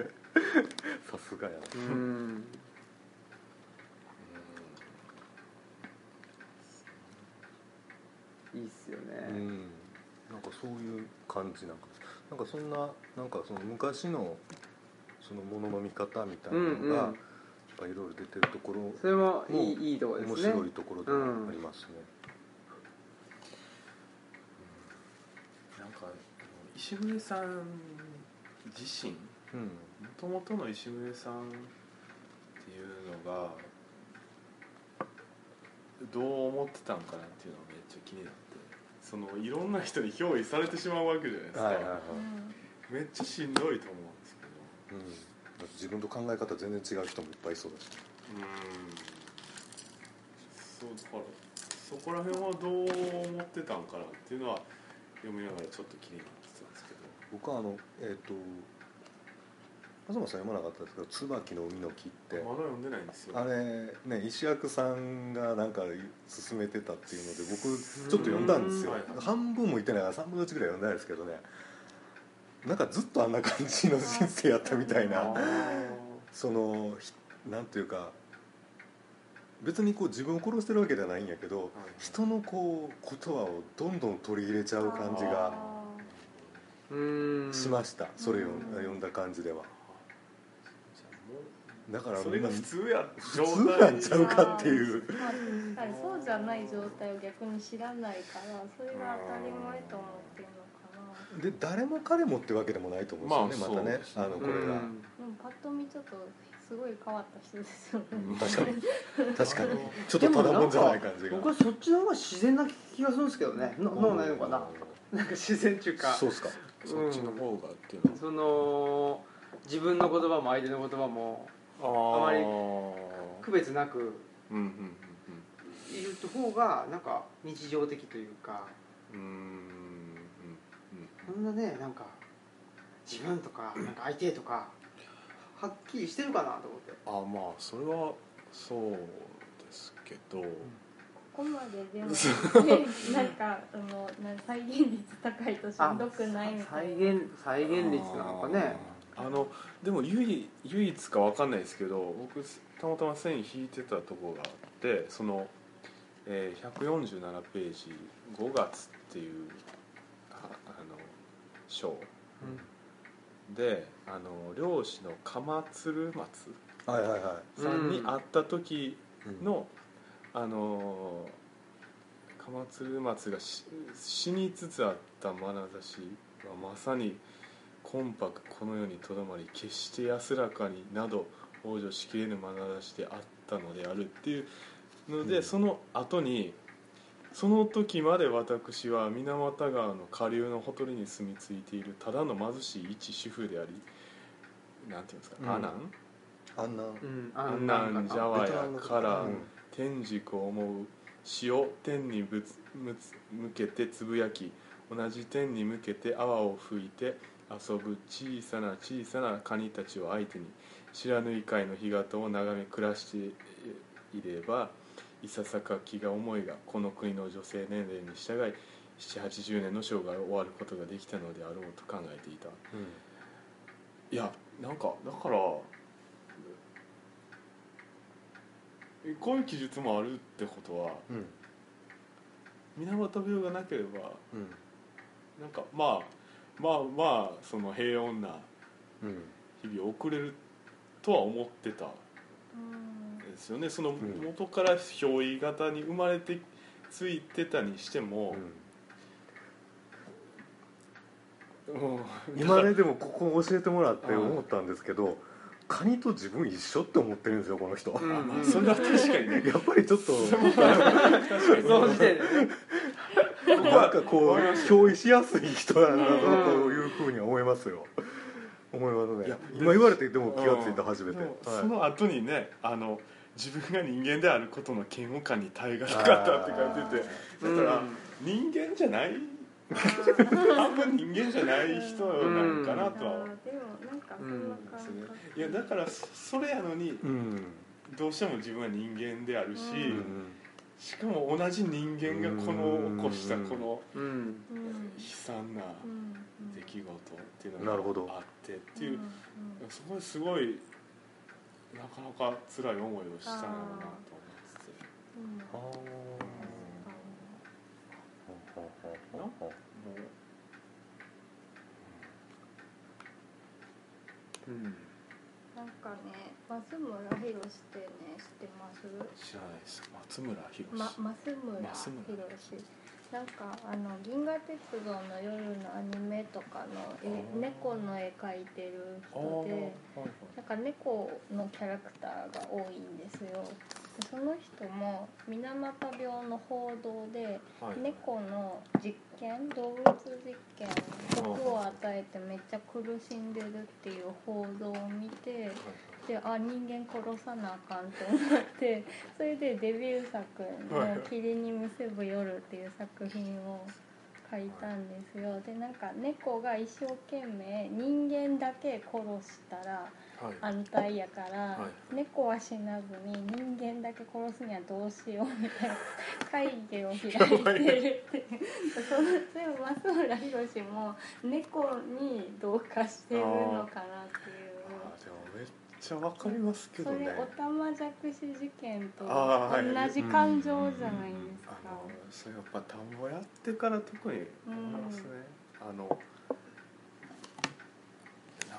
[SPEAKER 4] *laughs* さすがやな
[SPEAKER 1] うんいいっすよ
[SPEAKER 4] う
[SPEAKER 1] ね
[SPEAKER 4] んなんかそういう感じなんかなんかそんななんかその昔のそのものの見方みたいな
[SPEAKER 1] うんう
[SPEAKER 4] のがやっ
[SPEAKER 1] ん
[SPEAKER 4] ぱいろいろ出てるところ
[SPEAKER 1] それもいい
[SPEAKER 4] もう
[SPEAKER 1] いいとこです
[SPEAKER 4] 面
[SPEAKER 1] ね
[SPEAKER 4] 白いところでもありますね
[SPEAKER 5] なんか石笛さん自身
[SPEAKER 4] うん
[SPEAKER 5] もともとの石牟さんっていうのがどう思ってたんかなっていうのがめっちゃ気になってそのいろんな人に憑依されてしまうわけじゃないですか、
[SPEAKER 4] はいはいはい
[SPEAKER 5] めっちゃしんどいと思うんですけど
[SPEAKER 4] うんだって自分と考え方全然違う人もいっぱいいそうだし
[SPEAKER 5] うんそうだからそこら辺はどう思ってたんかなっていうのは読みながらちょっと気になってたんですけど
[SPEAKER 4] 僕はあのえっと東さん読まなかったですけど「椿の海の木」って
[SPEAKER 5] まだ読んでないんですよ
[SPEAKER 4] あれね石役さんがなんか勧めてたっていうので僕ちょっと読んだんですよ
[SPEAKER 5] うん
[SPEAKER 4] 半分もいってないから3分の1ぐらい読んだんですけどねなんかずっとあんな感じの人生やったみたい
[SPEAKER 5] あ
[SPEAKER 4] な
[SPEAKER 5] ー
[SPEAKER 4] そのひなんていうか別にこう自分を殺してるわけじゃないんやけど人のこう言葉をどんどん取り入れちゃう感じが
[SPEAKER 1] うん
[SPEAKER 4] しました、それを
[SPEAKER 2] うん
[SPEAKER 4] 読んだ感じではだから
[SPEAKER 3] それが
[SPEAKER 4] みん
[SPEAKER 3] 普
[SPEAKER 4] な
[SPEAKER 3] 通や
[SPEAKER 4] 普通なんちゃうかっていう
[SPEAKER 2] まあ確かにそうじゃない状態を逆に知らないからそれが当たり前と思ってるのかな
[SPEAKER 4] で誰も彼もってわけでもないと思うんですよね、
[SPEAKER 3] まあ
[SPEAKER 4] またね
[SPEAKER 3] そう
[SPEAKER 4] あの
[SPEAKER 3] です
[SPEAKER 4] こ
[SPEAKER 3] ね
[SPEAKER 4] れが、
[SPEAKER 1] うん
[SPEAKER 2] でもパッと見ちょっとすごい変わった人ですよね
[SPEAKER 4] 確か
[SPEAKER 3] *laughs*
[SPEAKER 4] に確かに
[SPEAKER 6] あの
[SPEAKER 4] ちょっとただもんじゃない感じが
[SPEAKER 1] 僕はそっちの方が自然な気がするんですけどねの脳ないのかななんか自然っていうか
[SPEAKER 4] そうっすか
[SPEAKER 3] そっちの方がっていう
[SPEAKER 1] その自分の言葉も相手の言葉も
[SPEAKER 3] のは
[SPEAKER 1] あまり
[SPEAKER 3] あ
[SPEAKER 1] 区別なく
[SPEAKER 3] ーうんうん
[SPEAKER 1] 言う方がなんか日常的というか
[SPEAKER 3] うんうんうーん
[SPEAKER 1] そんなねなんか自分とかなんか相手とかはっきりしてるかなと思って
[SPEAKER 3] うんうんあまあそれはそうですけど
[SPEAKER 2] ここまで
[SPEAKER 1] *laughs*
[SPEAKER 2] でもなんかそのな再現率高いとしんどくないみたい
[SPEAKER 1] 再
[SPEAKER 2] な
[SPEAKER 1] 現再現率なのかね
[SPEAKER 3] あーあのでも唯一唯一かわかんないですけど僕たまたま線引いてたとこがあってその、えー、147ページ「5月」っていうああの章であの漁師の鎌鶴松
[SPEAKER 4] はいはいは
[SPEAKER 3] さんに
[SPEAKER 1] うん
[SPEAKER 3] 会った時
[SPEAKER 4] い、うん
[SPEAKER 3] の、あのー鎌鶴松がし死につつあった眼差しはまさに「魂魄この世にとどまり決して安らかになど往生しきれぬ眼差しであったのである」っていうので、
[SPEAKER 4] うん
[SPEAKER 3] その後に「その時まで私は水俣川の下流のほとりに住み着いているただの貧しい一主婦であり」なんていうんですか、
[SPEAKER 4] うん
[SPEAKER 3] アナン
[SPEAKER 4] あんな
[SPEAKER 1] うん
[SPEAKER 3] あ
[SPEAKER 1] あ
[SPEAKER 3] んなんじゃわ
[SPEAKER 4] ベトナ
[SPEAKER 3] や
[SPEAKER 4] ムの
[SPEAKER 3] から
[SPEAKER 4] うん
[SPEAKER 3] 天軸を思う詩を天にぶつむつ向けてつぶやき同じ天に向けて泡を吹いて遊ぶ小さな小さなカニたちを相手に不知らぬい海の干潟を眺め暮らしていればいささか気が重いがこの国の女性年齢に従い780年の生涯を終わることができたのであろうと考えていたいやなんかだからえこういう記述もあるってことは
[SPEAKER 4] うんうん
[SPEAKER 3] 水俣病がなければ
[SPEAKER 4] うん
[SPEAKER 3] なんかまあまあまあその平穏な
[SPEAKER 4] うん
[SPEAKER 3] 日々を送れるとは思ってたん
[SPEAKER 2] うん
[SPEAKER 3] ですよねその
[SPEAKER 4] ん
[SPEAKER 3] 元から憑依型に生まれてついてたにしても、うん
[SPEAKER 4] 今ねでもここ教えてもらって思ったんですけどカニと自分一緒って思ってるんですよこの人、
[SPEAKER 1] うん
[SPEAKER 3] まあそれは確かにね
[SPEAKER 4] *laughs* やっぱりちょ
[SPEAKER 3] *laughs*
[SPEAKER 4] っと
[SPEAKER 1] その時点で
[SPEAKER 4] なんかこう共依しやすい人なんだなというふうに思いますよ思います
[SPEAKER 3] い
[SPEAKER 4] ね
[SPEAKER 3] や
[SPEAKER 4] 今言われてでも気がついた初めて、
[SPEAKER 3] で
[SPEAKER 4] はい
[SPEAKER 3] もその後にねあの自分が人間であることの嫌悪感に耐えがなかったって書いててだから、
[SPEAKER 1] うん
[SPEAKER 3] 人間じゃ
[SPEAKER 4] *laughs*
[SPEAKER 3] ない
[SPEAKER 2] あー
[SPEAKER 3] 半分人間じゃない人なんか
[SPEAKER 2] あ
[SPEAKER 3] な
[SPEAKER 2] ー
[SPEAKER 3] とは思うん
[SPEAKER 2] でもなんかそんな感
[SPEAKER 3] です
[SPEAKER 2] 覚、
[SPEAKER 3] ねいやだからそそれやのに
[SPEAKER 4] うん
[SPEAKER 3] どうしても自分は人間であるし、
[SPEAKER 4] うん
[SPEAKER 3] しかも同じ人間がこ
[SPEAKER 4] う
[SPEAKER 3] の
[SPEAKER 4] ん
[SPEAKER 3] 起こしたこの
[SPEAKER 1] うん
[SPEAKER 2] うん
[SPEAKER 3] 悲惨な
[SPEAKER 2] うんうん
[SPEAKER 3] 出来事っていう
[SPEAKER 4] なるほ
[SPEAKER 3] の
[SPEAKER 4] ど
[SPEAKER 3] があってっていう、
[SPEAKER 2] んん
[SPEAKER 3] そこですごいなかなか辛い思いをしたんやろうなと思ってて。
[SPEAKER 2] うん
[SPEAKER 4] あー
[SPEAKER 3] もう
[SPEAKER 1] うん
[SPEAKER 2] なんかね松村博士ってね知ってます
[SPEAKER 3] 知らないです松村博
[SPEAKER 2] ま、増村
[SPEAKER 3] 増村
[SPEAKER 2] 博士なんかあの「銀河鉄道の夜」のアニメとかのえ
[SPEAKER 3] あー
[SPEAKER 2] 猫の絵描いてる
[SPEAKER 3] ああ
[SPEAKER 2] 人
[SPEAKER 3] はいはい
[SPEAKER 2] でなんか猫のキャラクターが多いんですよでその人も水俣病の報道で
[SPEAKER 3] はい
[SPEAKER 2] 猫の実験動物実験毒を与えてめっちゃ苦しんでるっていう報道を見てであ人間殺さなあかんって思って *laughs* それでデビュー作
[SPEAKER 3] はい
[SPEAKER 2] の「霧にむせぶ夜」っていう作品を書いたんですよでなんか猫が一生懸命人間だけ殺したら
[SPEAKER 3] はいはい
[SPEAKER 2] 安泰やから
[SPEAKER 3] は
[SPEAKER 2] 猫は死なずに人間だけ殺すにはどうしようみたいな会議を開いてるってそのでも松村弘も猫に同化してるのかなっていう
[SPEAKER 3] あーでもめっちゃわかりますけ
[SPEAKER 2] そ
[SPEAKER 3] どね
[SPEAKER 2] れおたまじゃくし事件と
[SPEAKER 3] あーは
[SPEAKER 2] 同
[SPEAKER 3] い
[SPEAKER 2] じ感情じゃないです
[SPEAKER 3] あ
[SPEAKER 2] か
[SPEAKER 3] のそれやっぱ田んぼやってから特に思いますね、あの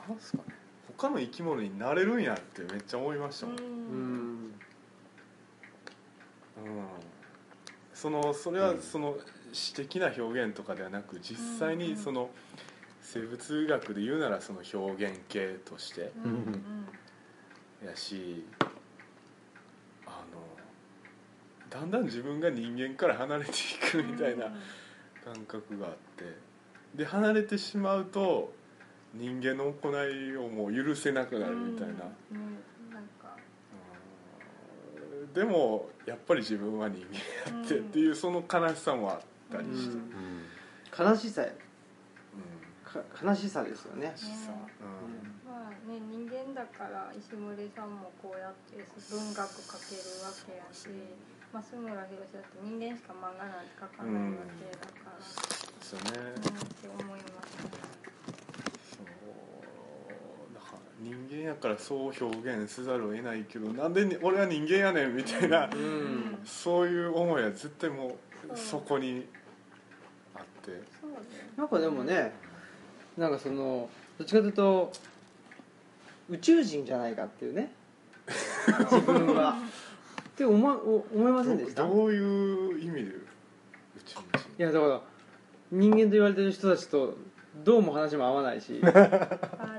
[SPEAKER 3] なんすかね他の生き物になれるんやってめっちゃ思いました
[SPEAKER 2] う
[SPEAKER 3] もん、
[SPEAKER 1] うんん
[SPEAKER 3] うんそのそれはその詩的な表現とかではなく実際
[SPEAKER 2] うんう
[SPEAKER 3] に
[SPEAKER 2] ん
[SPEAKER 3] その生物学で言うならその表現系として
[SPEAKER 2] うんうん *laughs*
[SPEAKER 3] やしあのだんだん自分が人間から離れていくみたいな感覚があってで離れてしまうと人間の行いをもう許せなくなるみたいな、
[SPEAKER 2] うんうんなんか
[SPEAKER 3] うんでもやっぱり自分は人間やってっていうその悲しさもあったりし
[SPEAKER 1] う
[SPEAKER 3] て、うん
[SPEAKER 1] ん悲しさか悲しさですよね
[SPEAKER 3] 悲しさ、うん
[SPEAKER 2] まあね人間だから石森さんもこうやって文学書けるわけやし松村弘だって人間しか漫画なんて書かないわけだから、
[SPEAKER 3] そうですよ
[SPEAKER 2] うん、
[SPEAKER 3] ね、
[SPEAKER 2] って思いますね
[SPEAKER 3] そうだから人間やからそう表現せざるを得ないけどなんでに俺は人間やねんみたいな、
[SPEAKER 1] う
[SPEAKER 2] うん
[SPEAKER 1] ん
[SPEAKER 3] そういう思いは絶対も
[SPEAKER 2] うん
[SPEAKER 3] うそこにあって、
[SPEAKER 2] そうね
[SPEAKER 1] なんかでもねなんかそのどっちかというと宇宙人じゃないかっていうね自分はって思わお思いませんでした
[SPEAKER 3] ど
[SPEAKER 1] い
[SPEAKER 3] どういう意味で宇宙人
[SPEAKER 1] やだから人間と言われてる人たちとどうも話も合わないし
[SPEAKER 3] あ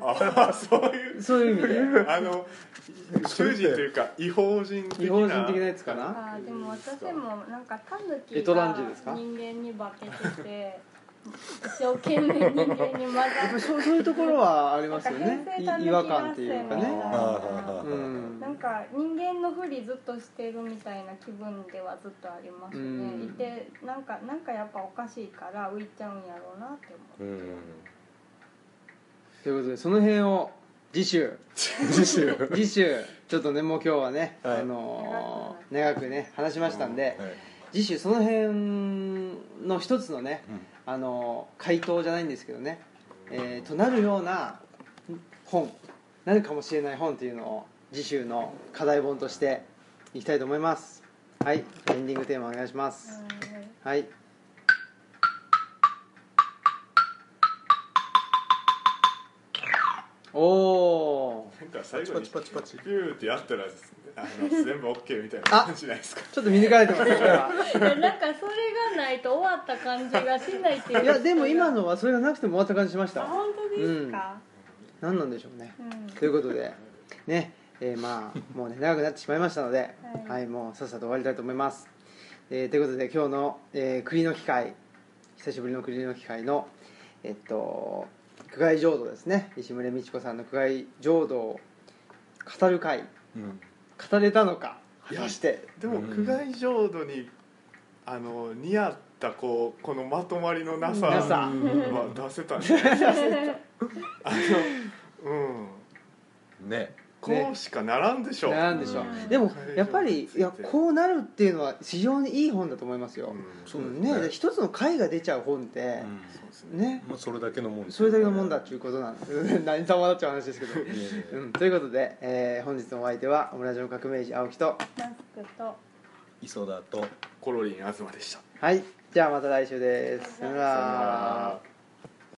[SPEAKER 3] あそういう
[SPEAKER 1] *laughs* そういう意味で
[SPEAKER 3] *laughs* あの宇宙人というか異邦人的な
[SPEAKER 1] 違法人的なやつかな
[SPEAKER 2] あーでも私もなんかタヌ
[SPEAKER 1] エ
[SPEAKER 2] キ
[SPEAKER 1] トラ
[SPEAKER 2] が
[SPEAKER 1] ンジですか
[SPEAKER 2] 人間に化けてて一生懸命人間に混ざ
[SPEAKER 1] やっぱ
[SPEAKER 2] っ
[SPEAKER 1] り
[SPEAKER 2] て
[SPEAKER 1] そう *laughs* そういうところはありますよ
[SPEAKER 2] な
[SPEAKER 1] ね
[SPEAKER 2] んか変性
[SPEAKER 1] い違和感っていうか
[SPEAKER 2] タヌキ合
[SPEAKER 1] ね
[SPEAKER 2] 戦み
[SPEAKER 4] あ
[SPEAKER 2] たいな
[SPEAKER 4] ー
[SPEAKER 1] うん
[SPEAKER 2] なんか人間のふりずっとしてるみたいな気分ではずっとあります
[SPEAKER 1] う
[SPEAKER 2] ね
[SPEAKER 1] ん
[SPEAKER 2] いてなんかなんかやっぱおかしいから浮いちゃうんやろうなって
[SPEAKER 4] う
[SPEAKER 2] 思うん
[SPEAKER 1] ということでその辺を次週
[SPEAKER 4] 次週は
[SPEAKER 1] 次週ちょっとねもう今日はね、
[SPEAKER 4] はい
[SPEAKER 1] あのー長くね話しましたんで、
[SPEAKER 4] い
[SPEAKER 1] 次週その辺の一つのね、あのー回答じゃないんですけどね、えーとなるような本なるかもしれない本っていうのを次週の課題本としていきたいと思いますはいエンディングテーマお願いします、はいおお
[SPEAKER 3] なんか最後
[SPEAKER 4] パ
[SPEAKER 3] に
[SPEAKER 4] チパチパチ
[SPEAKER 3] ビューってやったらあの全部 OK みたいな感じじゃないですか
[SPEAKER 1] ちょっと見抜かれてますねこれは
[SPEAKER 2] うんえ *laughs* なんかそれがないと終わった感じがしないっていう
[SPEAKER 1] いやでも今のはそれがなくても終わった感じしました
[SPEAKER 2] あ本当ですか、
[SPEAKER 1] 何なんでしょうね
[SPEAKER 2] うん
[SPEAKER 1] ということでねえーまあもうね長くなってしまいましたので、
[SPEAKER 2] は
[SPEAKER 1] は
[SPEAKER 2] い
[SPEAKER 1] い、もうさっさと終わりたいと思います、えーということで今日の、えー栗の機会久しぶりの栗の機会のえっと苦外浄土ですね石村美智子さんの苦外浄土を語る会
[SPEAKER 4] うん
[SPEAKER 1] 語れたのか果
[SPEAKER 3] いや
[SPEAKER 1] たして
[SPEAKER 3] でも
[SPEAKER 4] うん
[SPEAKER 3] 苦外浄土にあの似合ったこうこのまとまりのなさ
[SPEAKER 1] なさ
[SPEAKER 3] は出せたんじゃないですか
[SPEAKER 1] *laughs*
[SPEAKER 3] あのうん
[SPEAKER 4] ね
[SPEAKER 3] こうしかならんでしょう、
[SPEAKER 1] なんでしょう、
[SPEAKER 2] うん
[SPEAKER 1] でもやっぱりいやこうなるっていうのは非常にいい本だと思いますよ、
[SPEAKER 3] うん
[SPEAKER 4] そ
[SPEAKER 1] そうう
[SPEAKER 4] です
[SPEAKER 1] ね
[SPEAKER 4] ね
[SPEAKER 1] 一つの回が出ちゃう本って、
[SPEAKER 3] そうです
[SPEAKER 1] ね
[SPEAKER 4] まあそれだけのもん
[SPEAKER 1] それだけのもんだっていうことなんです *laughs* 何様だっちゃう話ですけど、
[SPEAKER 4] いやいやいや
[SPEAKER 1] うん、ということで、えー本日のお相手はオムラジオ革命児青木と
[SPEAKER 2] マスクと
[SPEAKER 4] 磯田と
[SPEAKER 3] コロリン東でした
[SPEAKER 1] はいじゃあまた来週ですさよな
[SPEAKER 2] さよな
[SPEAKER 1] ら
[SPEAKER 3] あー